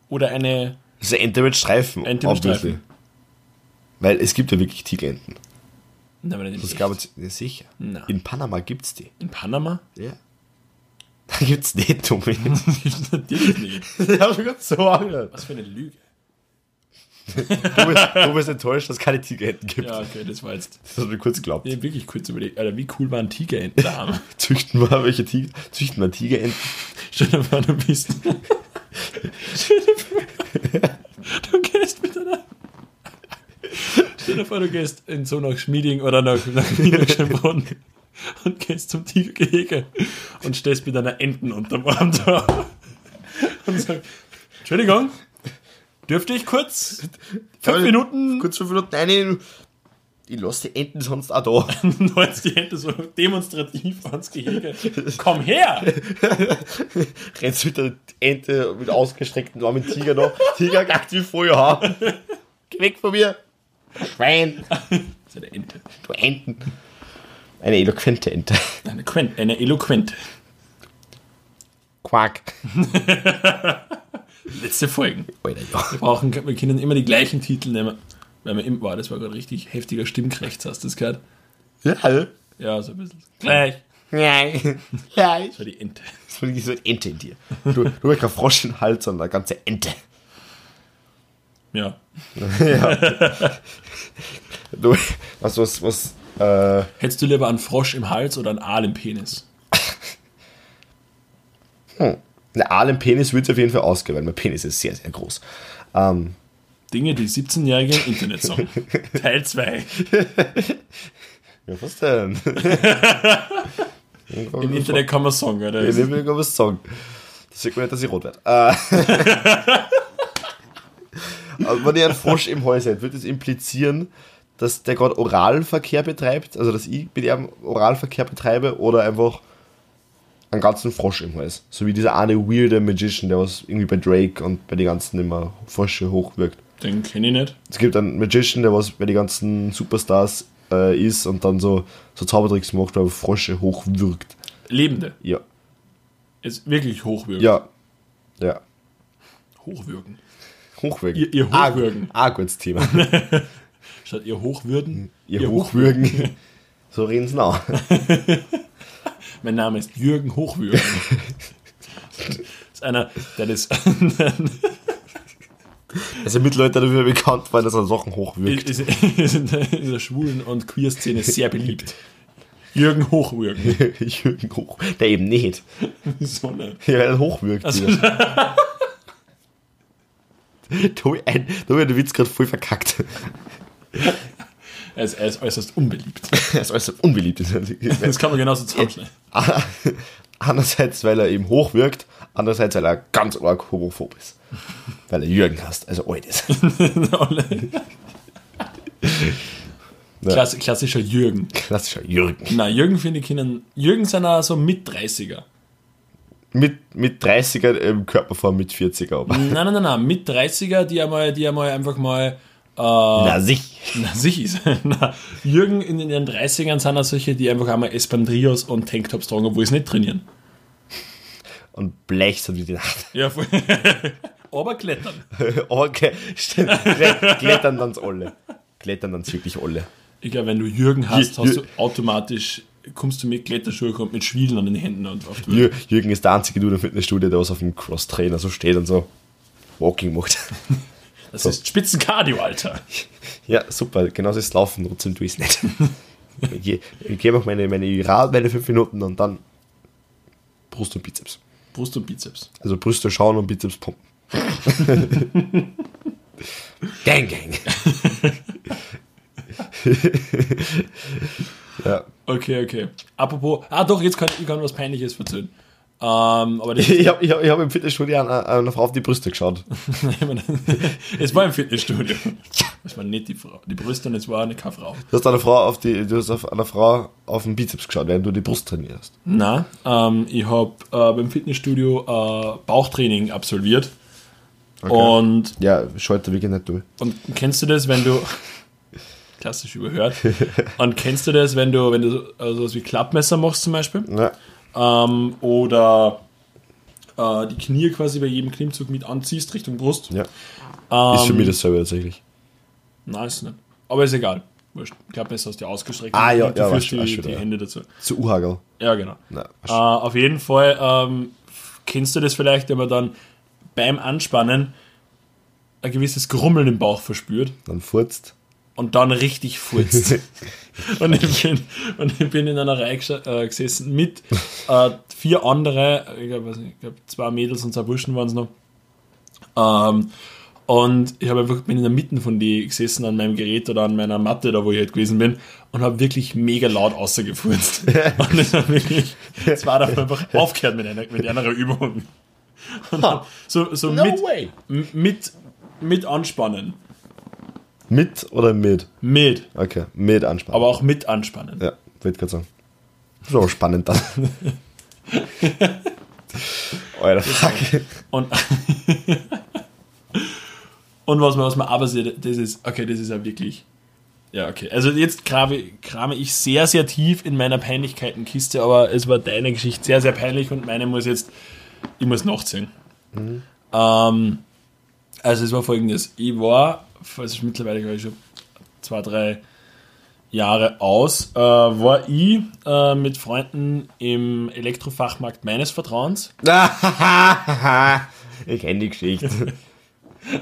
Speaker 2: Oder eine.
Speaker 3: Das ist eine Ente mit Streifen.
Speaker 2: Ente mit
Speaker 3: obviously.
Speaker 2: Streifen.
Speaker 3: Weil es gibt ja wirklich Tigerenten.
Speaker 2: Nein, aber nicht
Speaker 3: Das
Speaker 2: echt.
Speaker 3: gab es ja, sicher.
Speaker 2: Na.
Speaker 3: In Panama gibt's die.
Speaker 2: In Panama?
Speaker 3: Ja. Da gibt's nicht, Tommy.
Speaker 2: Natürlich nicht.
Speaker 3: Ich hab schon ganz so angehört.
Speaker 2: Was für eine Lüge.
Speaker 3: Du bist, du bist enttäuscht, dass es keine Tigerenten gibt.
Speaker 2: Ja, okay, das war jetzt.
Speaker 3: Das hat mir kurz geglaubt.
Speaker 2: Ich hab wirklich kurz überlegt, Alter, wie cool waren Tigerenten da?
Speaker 3: Züchten wir welche Tiger, züchten wir Tigerenten.
Speaker 2: Stell dir vor, du bist. Stell dir vor, du gehst mit einer. Stell dir vor, du gehst in so nach Schmieding oder nach, nach Niederschönbrunn und gehst zum Tigergehege und stehst mit einer Enten unterm Arm da und sagst: Entschuldigung, dürfte ich kurz fünf Minuten.
Speaker 3: Kurz fünf Minuten, nein, nein, ich lasse die Enten sonst auch da.
Speaker 2: Und jetzt die Ente so demonstrativ ans Gehege: Komm her!
Speaker 3: Rennst mit der Ente mit ausgestreckten Armen Tiger noch. Tiger gackt wie vorher. ha. Geh weg von mir. Schwein,
Speaker 2: Das ist eine Ente.
Speaker 3: du Enten. Eine eloquente Ente.
Speaker 2: Eine, Quen eine eloquente.
Speaker 3: Quack.
Speaker 2: Letzte Folgen.
Speaker 3: Alter, ja.
Speaker 2: Wir brauchen, wir können immer die gleichen Titel nehmen. Weil wir im, wow, das war gerade richtig heftiger Stimmkrächz, hast du das gehört?
Speaker 3: Ja, hallo.
Speaker 2: Ja, so ein bisschen. Gleich.
Speaker 3: Nein. Nein.
Speaker 2: Das war die Ente.
Speaker 3: Das ist so eine Ente in dir. Du, du hast keinen Frosch im Hals, sondern eine ganze Ente.
Speaker 2: Ja.
Speaker 3: Du, was, was, was, äh,
Speaker 2: Hättest du lieber einen Frosch im Hals oder einen Aal im Penis?
Speaker 3: Na, A, den Penis würde ich auf jeden Fall ausgehen, weil mein Penis ist sehr, sehr groß. Ähm,
Speaker 2: Dinge, die 17-Jährige im Internet sagen. Teil 2.
Speaker 3: ja, was denn?
Speaker 2: Im Internet kann man sagen, oder?
Speaker 3: Ich will gar was sagen. Das sieht man nicht, dass ich rot werde. Äh, Also, wenn ich einen Frosch im Hals hätte, würde das implizieren, dass der gerade Oralverkehr betreibt, also dass ich mit ihm Oralverkehr betreibe oder einfach einen ganzen Frosch im Hals. So wie dieser eine weirde Magician, der was irgendwie bei Drake und bei den ganzen immer Frösche hochwirkt.
Speaker 2: Den kenne ich nicht.
Speaker 3: Es gibt einen Magician, der was bei den ganzen Superstars äh, ist und dann so, so Zaubertricks macht, weil Frösche hochwirkt.
Speaker 2: Lebende.
Speaker 3: Ja.
Speaker 2: Jetzt wirklich hochwürgen.
Speaker 3: Ja. Ja.
Speaker 2: Hochwürgen.
Speaker 3: Hochwürgen.
Speaker 2: Ihr- ihr
Speaker 3: Ah,
Speaker 2: Hochwürgen.
Speaker 3: Ah, gutes Thema.
Speaker 2: Statt ihr Hochwürden.
Speaker 3: Ihr, Hochwürgen. So reden sie auch.
Speaker 2: Mein Name ist Jürgen Hochwürgen. ist einer, der das
Speaker 3: Also Mitleute dafür bekannt, weil das an Sachen hochwirkt.
Speaker 2: ist, ist in der in der schwulen- und Queer-Szene sehr beliebt. Jürgen Hochwürgen.
Speaker 3: Jürgen Hoch. Der eben nicht.
Speaker 2: So eine
Speaker 3: Ja, er hochwirkt.
Speaker 2: Also-
Speaker 3: wieder. da hab ich ein- da hab ich den Witz gerade voll verkackt.
Speaker 2: Er ist, er ist äußerst unbeliebt.
Speaker 3: Er ist äußerst unbeliebt. in der Liga.
Speaker 2: Das kann man genauso zusammenschneiden.
Speaker 3: Andererseits, weil er eben hochwirkt. Andererseits, weil er ganz arg homophob ist. Weil er Jürgen hasst, also alt ist.
Speaker 2: Klass, klassischer Jürgen.
Speaker 3: Klassischer Jürgen.
Speaker 2: Na, Jürgen finde ich Kindern. Jürgen sind auch so mit 30er.
Speaker 3: Mit, mit 30er im Körperform, mit 40er. Aber.
Speaker 2: Nein, nein, nein, nein. Mit 30er, die einmal, die einmal einfach mal. Äh,
Speaker 3: Na, sich.
Speaker 2: Na, sich ist. Na, Jürgen in den ihren 30ern sind auch solche, die einfach einmal Espandrillos und Tanktops tragen, obwohl sie nicht trainieren.
Speaker 3: Und Blech sind wie die Nacht. Oh,
Speaker 2: Ja, voll. Aber klettern.
Speaker 3: Okay, stimmt. Klet- Klettern dann's alle. Klettern dann's wirklich alle.
Speaker 2: Ich glaube, wenn du Jürgen hast,
Speaker 3: Jü-
Speaker 2: hast
Speaker 3: Jü-
Speaker 2: du automatisch, kommst du mit Kletterschuhe und mit Schwielen an den Händen und auf die
Speaker 3: Jür Jürgen ist der einzige Dude im Fitnessstudio, der was auf dem Cross-Trainer so steht und so Walking macht.
Speaker 2: Das ist Spitzencardio, Alter.
Speaker 3: Ja, super, genauso ist Laufen, trotzdem tue ich's nicht. Ich, geh- ich gebe auch meine, meine, Ra- meine fünf Minuten und dann Brust und Bizeps.
Speaker 2: Brust und Bizeps.
Speaker 3: Also Brüste schauen und Bizeps pumpen. gang, gang. ja.
Speaker 2: Okay, okay. Apropos, ah doch, jetzt kann ich kann was Peinliches verzögern. Ähm, aber das,
Speaker 3: Ich habe ich hab, ich hab im Fitnessstudio einer, einer Frau auf die Brüste geschaut.
Speaker 2: es war im Fitnessstudio. Es war nicht die Frau, die Brüste und es war eine keine Frau.
Speaker 3: Du hast einer Frau auf die, du hast auf einer Frau auf den Bizeps geschaut, während du die Brust trainierst.
Speaker 2: Na, ähm, ich habe äh, beim Fitnessstudio äh, Bauchtraining absolviert. Und,
Speaker 3: Ja, schaut da wirklich nicht durch.
Speaker 2: und kennst du das, wenn du klassisch überhört? Und kennst du das, wenn du wenn du so- also sowas wie Klappmesser machst zum Beispiel?
Speaker 3: Ja.
Speaker 2: Ähm, oder äh, die Knie quasi bei jedem Klimmzug mit anziehst Richtung Brust?
Speaker 3: ja. ist für mich dasselbe tatsächlich.
Speaker 2: Nein, ist nicht. ne? Aber ist egal. Wurscht. Klappmesser hast du ausgestreckt.
Speaker 3: Ah, ja,
Speaker 2: und du
Speaker 3: ja,
Speaker 2: führst
Speaker 3: weißt du, weißt
Speaker 2: die,
Speaker 3: du,
Speaker 2: die
Speaker 3: ja.
Speaker 2: Hände dazu.
Speaker 3: Zu Uhagel.
Speaker 2: Ja, genau.
Speaker 3: Na,
Speaker 2: äh, auf jeden Fall ähm, kennst du das vielleicht, wenn man dann beim Anspannen ein gewisses Grummeln im Bauch verspürt
Speaker 3: Dann furzt.
Speaker 2: und dann richtig furzt. und, ich bin, und ich bin in einer Reihe gesche- äh, gesessen mit äh, vier andere, ich glaube glaub, zwei Mädels und zwei Burschen waren es noch. Ähm, und ich habe einfach bin in der Mitte von die gesessen an meinem Gerät oder an meiner Matte, da wo ich halt gewesen bin, und habe wirklich mega laut ausgefurzt. und das war wirklich, zwei davon einfach aufgehört mit einer, mit einer Übung. Und hab so so
Speaker 3: No
Speaker 2: mit,
Speaker 3: way.
Speaker 2: m- mit, mit anspannen.
Speaker 3: Mit oder mit?
Speaker 2: Mit.
Speaker 3: Okay, mit anspannen.
Speaker 2: aber auch mit anspannen.
Speaker 3: ja, wird gerade sagen. So spannend dann. Alter, fuck.
Speaker 2: Und, und was man, was man aber sieht, das ist, okay, das ist ja wirklich. Ja, okay. Also jetzt krame, krame ich sehr, sehr tief in meiner Peinlichkeitenkiste, aber es war deine Geschichte sehr, sehr peinlich und meine muss jetzt, ich muss nachziehen. Ähm, also es war folgendes, ich war, also ich mittlerweile glaube ich schon zwei, drei Jahre aus, äh, war ich äh, mit Freunden im Elektrofachmarkt meines Vertrauens
Speaker 3: ich kenne die Geschichte.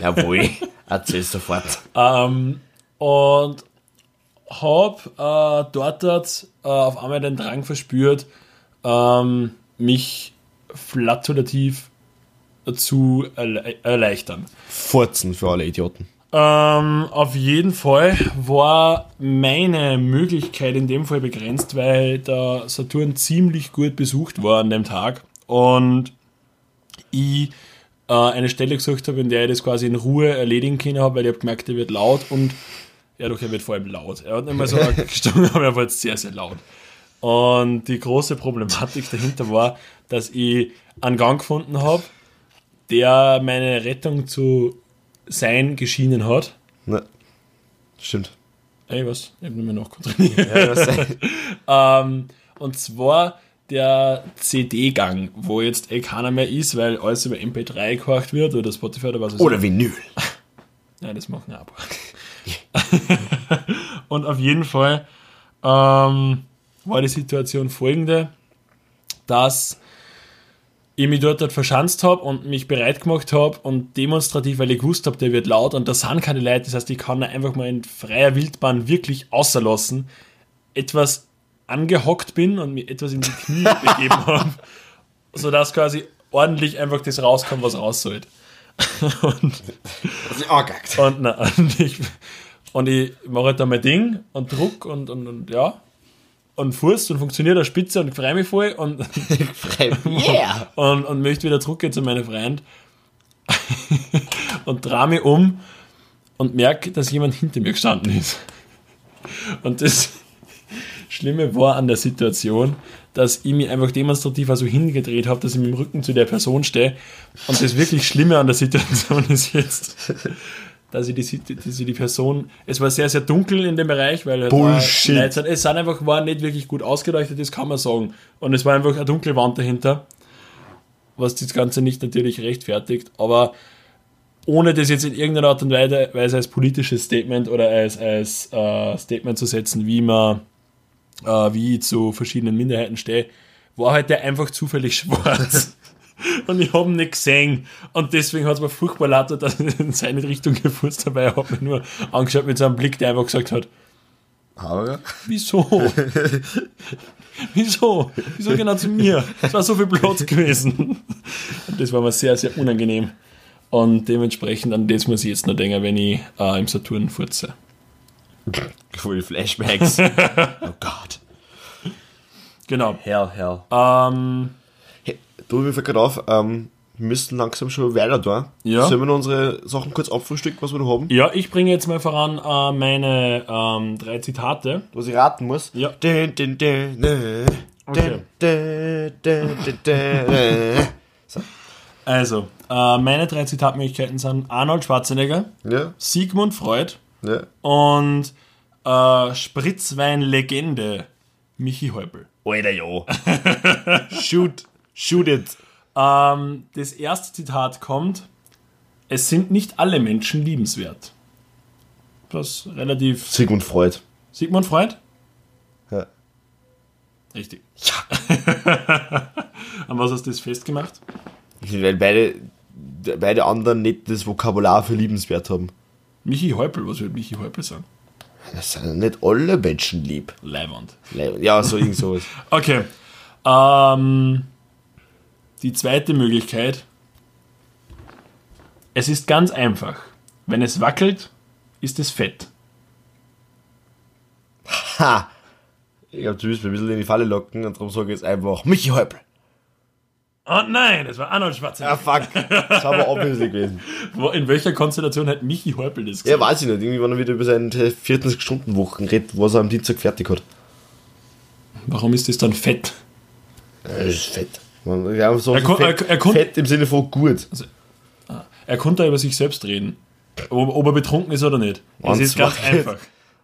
Speaker 3: Jawohl, erzähl sofort.
Speaker 2: Ähm, und hab äh, dort, dort äh, auf einmal den Drang verspürt, ähm, mich flattulativ zu erle erleichtern.
Speaker 3: Furzen für alle Idioten.
Speaker 2: Ähm, auf jeden Fall war meine Möglichkeit in dem Fall begrenzt, weil der Saturn ziemlich gut besucht war an dem Tag und ich äh, eine Stelle gesucht habe, in der ich das quasi in Ruhe erledigen können habe, weil ich habe gemerkt, er wird laut und ja, doch, er wird vor allem laut. Er hat nicht mehr so arg gestunken, aber er war jetzt sehr, sehr laut. Und die große Problematik dahinter war, dass ich einen Gang gefunden habe, der meine Rettung zu sein geschienen hat.
Speaker 3: Ne. Stimmt.
Speaker 2: Ey, was? Ich habe nicht mehr nachkontrolliert.
Speaker 3: Ja, das
Speaker 2: Ähm, und zwar der CD-Gang, wo jetzt eh keiner mehr ist, weil alles über MP3 gehorcht wird oder Spotify oder was weiß ich.
Speaker 3: Oder Vinyl.
Speaker 2: Nein, das machen wir ab. und auf jeden Fall ähm, war die Situation folgende, dass ich mich dort, dort verschanzt habe und mich bereit gemacht habe und demonstrativ, weil ich gewusst habe, der wird laut und das sind keine Leute, das heißt, ich kann ihn einfach mal in freier Wildbahn wirklich außerlassen, etwas angehockt bin und mir etwas in die Knie begeben habe, sodass quasi ordentlich einfach das rauskommt, was raus soll. und
Speaker 3: Das ist angehackt.
Speaker 2: und, na, und ich, und ich mache halt dann mein Ding und druck und, und, und ja. Und Fuß und funktioniert der Spitze und ich freue mich voll und,
Speaker 3: Yeah.
Speaker 2: und, und möchte wieder drucken zu meinem Freund. und drehe mich um und merke, dass jemand hinter mir gestanden ist. Und das Schlimme war an der Situation, dass ich mich einfach demonstrativ also hingedreht habe, dass ich mit dem Rücken zu der Person stehe. Und das wirklich Schlimme an der Situation ist jetzt, dass ich die, Sit- dass ich die Person, es war sehr, sehr dunkel in dem Bereich, weil halt
Speaker 3: Bullshit.
Speaker 2: auch Leute sind, es sind einfach, war nicht wirklich gut ausgeleuchtet, das kann man sagen. Und es war einfach eine dunkle Wand dahinter, was das Ganze nicht natürlich rechtfertigt, aber ohne das jetzt in irgendeiner Art und Weise Weise als politisches Statement oder als, als äh, Statement zu setzen, wie man äh, wie ich zu verschiedenen Minderheiten stehe, war halt der einfach zufällig schwarz. Und ich habe ihn nicht gesehen. Und deswegen hat es mir furchtbar laut, getan, dass ich in seine Richtung gefurzt habe. Ich habe mich nur angeschaut mit so einem Blick, der einfach gesagt hat,
Speaker 3: Aber
Speaker 2: wieso? Wieso? Wieso genau zu mir? Es war so viel Platz gewesen. Und das war mir sehr, sehr unangenehm. Und dementsprechend an das muss ich jetzt noch denken, wenn ich äh, im Saturn furze.
Speaker 3: Voll Flashbacks. oh Gott.
Speaker 2: Genau.
Speaker 3: Hell, hell.
Speaker 2: Ähm,
Speaker 3: Hey, du, mir fällt gerade auf, ähm, wir müssen langsam schon weiter da.
Speaker 2: Ja.
Speaker 3: Sollen wir noch unsere Sachen kurz abfrühstücken, was wir noch haben?
Speaker 2: Ja, ich bringe jetzt mal voran äh, meine ähm, drei Zitate.
Speaker 3: Was ich raten muss?
Speaker 2: Ja.
Speaker 3: Dün, dün, dün, dün,
Speaker 2: Okay.
Speaker 3: dün, dün, dün, dün.
Speaker 2: Also, äh, meine drei Zitatmöglichkeiten sind Arnold Schwarzenegger,
Speaker 3: Ja,
Speaker 2: Sigmund Freud
Speaker 3: ja.
Speaker 2: und äh, Spritzwein-Legende Michi Häupl.
Speaker 3: Alter, ja. Shoot, shoot it.
Speaker 2: Ähm, das erste Zitat kommt: Es sind nicht alle Menschen liebenswert. Das ist relativ.
Speaker 3: Sigmund Freud.
Speaker 2: Sigmund Freud?
Speaker 3: Ja.
Speaker 2: Richtig. An was hast du das festgemacht?
Speaker 3: Weil beide, beide anderen nicht das Vokabular für liebenswert haben.
Speaker 2: Michi Häupl, was wird Michi Häupl sagen?
Speaker 3: Das sind nicht alle Menschen lieb.
Speaker 2: Leibwand.
Speaker 3: Ja, so irgend sowas.
Speaker 2: Okay. Ähm, die zweite Möglichkeit. Es ist ganz einfach. Wenn es wackelt, ist es fett.
Speaker 3: Ha! Ich glaube, du willst mir ein bisschen in die Falle locken und darum sage ich jetzt einfach Michi Häupl.
Speaker 2: Oh nein, das war Arnold
Speaker 3: Ah,
Speaker 2: Schwarzenegger.
Speaker 3: fuck. Das war aber obviously gewesen.
Speaker 2: Wo- In welcher Konstellation hat Michi Häupl das
Speaker 3: Ja,
Speaker 2: gesagt?
Speaker 3: weiß ich nicht. Irgendwie, wenn er wieder über seine 14-Stunden-Wochen redet, was er am Dienstag fertig hat.
Speaker 2: Warum ist das dann fett?
Speaker 3: Das ist fett. Man, ja, so
Speaker 2: Er kon-
Speaker 3: fett,
Speaker 2: er- er kon- Also-
Speaker 3: fett im Sinne von gut.
Speaker 2: Er konnte da über sich selbst reden. Ob, ob er betrunken ist oder nicht. Es
Speaker 3: Wann's
Speaker 2: ist ganz
Speaker 3: wackelt.
Speaker 2: einfach.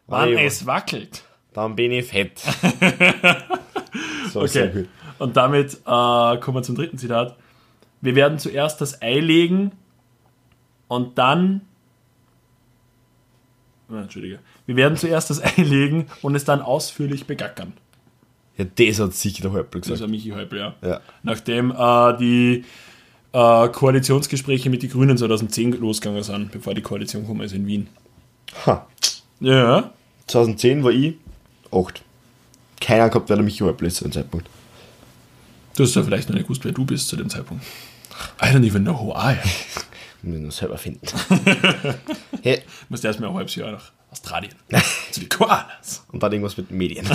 Speaker 2: Wann
Speaker 3: Nein,
Speaker 2: es wackelt.
Speaker 3: Dann bin ich fett. so ist sehr
Speaker 2: Okay.
Speaker 3: gut.
Speaker 2: Und damit äh, kommen wir zum dritten Zitat. Wir werden zuerst das Ei legen und dann. Ah, Entschuldige. Wir werden zuerst das Ei legen und es dann ausführlich begackern.
Speaker 3: Ja, das hat sicher der Häupl
Speaker 2: Das
Speaker 3: gesagt.
Speaker 2: war Michi Häupl, ja.
Speaker 3: Ja.
Speaker 2: Nachdem äh, die äh, Koalitionsgespräche mit den Grünen 2010 losgegangen sind, bevor die Koalition gekommen ist in Wien. Also-
Speaker 3: Ha.
Speaker 2: Ja.
Speaker 3: 2010 war ich 8. Keiner gehabt, wer der Michi Häupl ist zu dem Zeitpunkt.
Speaker 2: Du hast ja vielleicht noch nicht gewusst, wer du bist zu dem Zeitpunkt. I don't even know who I am.
Speaker 3: Muss ich noch selber finden. hey.
Speaker 2: Müsste erst mal ein halbes Jahr nach Australien. Zu den Koalas.
Speaker 3: Und dann irgendwas mit Medien.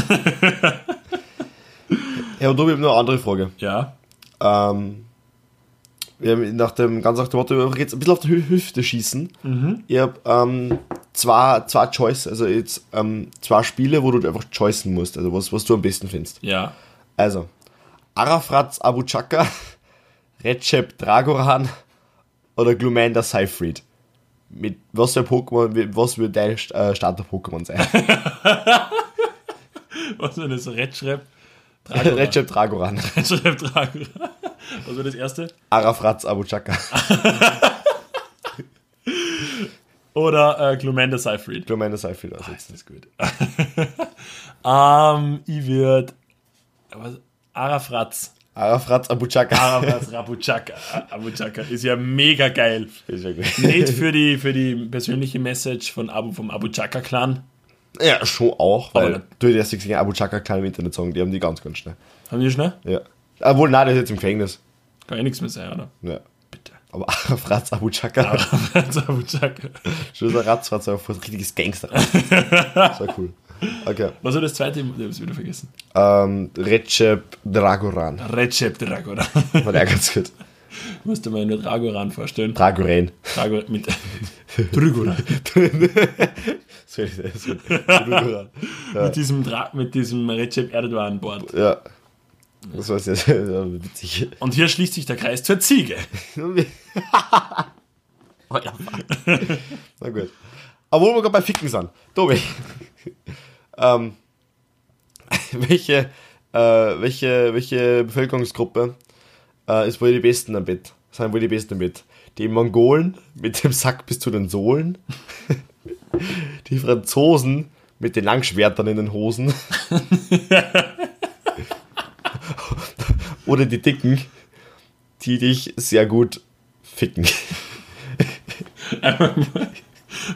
Speaker 3: ja, und du, ich habe noch eine andere Frage.
Speaker 2: Ja.
Speaker 3: Ähm, wir haben nach dem ganz nach dem Motto, jetzt ein bisschen auf der Hü- Hüfte schießen. Ich habe ähm, zwei, zwei Choice, also jetzt ähm, zwei Spiele, wo du einfach choicen musst, also was, was du am besten findest.
Speaker 2: Ja.
Speaker 3: Also, Arafat Abu Chaka, Recep Dragoran oder Glumanda Seifried. Mit was für Pokémon, was wird dein St- äh, Starter-Pokémon sein?
Speaker 2: Was war das? Redschreib?
Speaker 3: Recep Dragoran,
Speaker 2: Redschreib tragen. Was war das erste?
Speaker 3: Arafat Abu Chaka,
Speaker 2: Oder äh, Glumanda Seyfried.
Speaker 3: Glumanda Seifried. Also
Speaker 2: Das ist gut. ähm, ich würde. Arafratz.
Speaker 3: Arafat Abu Chaka.
Speaker 2: Arafratz Rabuchaka. Abuchaka ist ja mega geil.
Speaker 3: Ist ja gut.
Speaker 2: Nicht für die, für die persönliche Message von Abu, vom Abuchaka-Clan.
Speaker 3: Ja, schon auch, weil
Speaker 2: Aber-
Speaker 3: du hast nichts gegen Abu Chaka kann im Internet sagen, die haben die ganz, ganz schnell.
Speaker 2: Haben die schnell?
Speaker 3: Ja. Obwohl, nein, der ist jetzt im Gefängnis.
Speaker 2: Kann ja nichts mehr sein, oder?
Speaker 3: Ja.
Speaker 2: Bitte.
Speaker 3: Aber Arafat Abu Chaka,
Speaker 2: Arafratz Abuchaka.
Speaker 3: schon so ein Ratzfatz, aber voll richtiges Gangster. Das war cool. Okay.
Speaker 2: Was war das zweite? Ich hab's wieder vergessen.
Speaker 3: Ähm, Recep Dragoran.
Speaker 2: Recep Dragoran.
Speaker 3: War der ganz gut.
Speaker 2: Musste man nur Dragoran vorstellen.
Speaker 3: Dragoran.
Speaker 2: Dragoran mit. Dragoran.
Speaker 3: Das wäre sehr gut. Dragoran.
Speaker 2: Mit diesem, Dra mit diesem Recep Erdogan Board.
Speaker 3: Ja. Das war sehr, sehr, sehr witzig.
Speaker 2: Und hier schließt sich der Kreis zur Ziege.
Speaker 3: Na gut. Obwohl wir gerade bei Ficken sind. Tobi. ähm, welche, äh, welche, welche Bevölkerungsgruppe äh, ist wohl die Besten am Bett? Sind wohl die Besten am Bett? Die Mongolen mit dem Sack bis zu den Sohlen. die Franzosen mit den Langschwertern in den Hosen. Oder die Dicken, die dich sehr gut ficken.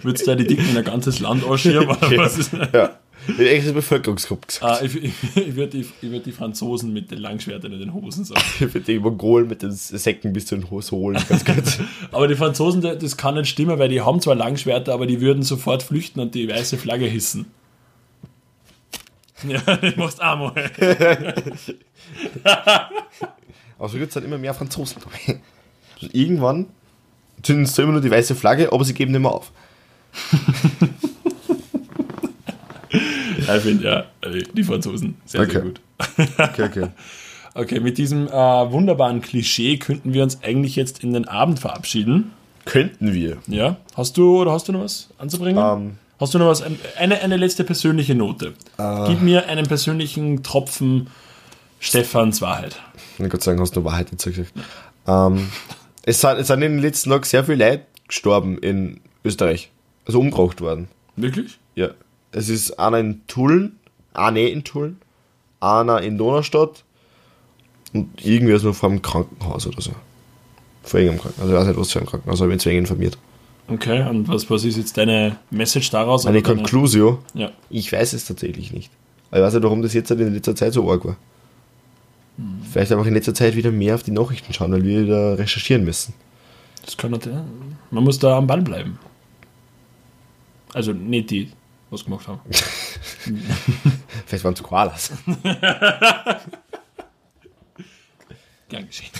Speaker 2: Würdest du da die Dicken in ein ganzes Land ausschirmen? Oder was ist?
Speaker 3: Ja. Die echte Bevölkerungsgruppe gesagt.
Speaker 2: Ah, ich ich, ich würde die, ich würd die Franzosen mit den Langschwertern in den Hosen sagen.
Speaker 3: Mit den Mongolen mit den Säcken bis zu den Hosen. Ganz gut.
Speaker 2: Aber die Franzosen, da- das kann nicht stimmen, weil die haben zwar Langschwerter, aber die würden sofort flüchten und die weiße Flagge hissen. Ja, das machst du auch mal.
Speaker 3: Aber so gibt es halt immer mehr Franzosen. Und irgendwann sind es zwar immer nur die weiße Flagge, aber sie geben nicht mehr auf.
Speaker 2: Ja, Ich finde ja, also die Franzosen sehr, sehr
Speaker 3: Okay.
Speaker 2: gut.
Speaker 3: Okay, okay.
Speaker 2: Okay, mit diesem äh, wunderbaren Klischee könnten wir uns eigentlich jetzt in den Abend verabschieden.
Speaker 3: Könnten wir.
Speaker 2: Ja, hast du oder hast du noch was anzubringen?
Speaker 3: Ähm.
Speaker 2: hast du noch was? Eine, eine letzte persönliche Note.
Speaker 3: Äh.
Speaker 2: Gib mir einen persönlichen Tropfen Stefans Wahrheit.
Speaker 3: Na Gott sei Dank hast du nur Wahrheit dazu gesagt. Ähm, es, sind, es sind in den letzten Tagen sehr viele Leute gestorben in Österreich. Also umgebracht worden.
Speaker 2: Wirklich?
Speaker 3: Ja. Es ist einer in Tulln, ah ne, in Tulln, einer in Donaustadt und irgendwer ist noch vor einem Krankenhaus oder so. Vor irgendeinem Krankenhaus. Also ich weiß nicht, was für ein Krankenhaus, habe ich mich zu wenig informiert.
Speaker 2: Okay, und was, was ist jetzt deine Message daraus?
Speaker 3: Meine
Speaker 2: Oder deine-
Speaker 3: Conclusio,
Speaker 2: Ja,
Speaker 3: ich weiß es tatsächlich nicht. Aber ich weiß nicht, warum das jetzt halt in letzter Zeit so arg war. Vielleicht einfach in letzter Zeit wieder mehr auf die Nachrichten schauen, weil wir wieder recherchieren müssen.
Speaker 2: das kann nicht, ja. Man muss da am Ball bleiben. Also nicht die, was gemacht haben.
Speaker 3: Vielleicht waren es Koalas.
Speaker 2: Gern geschehen.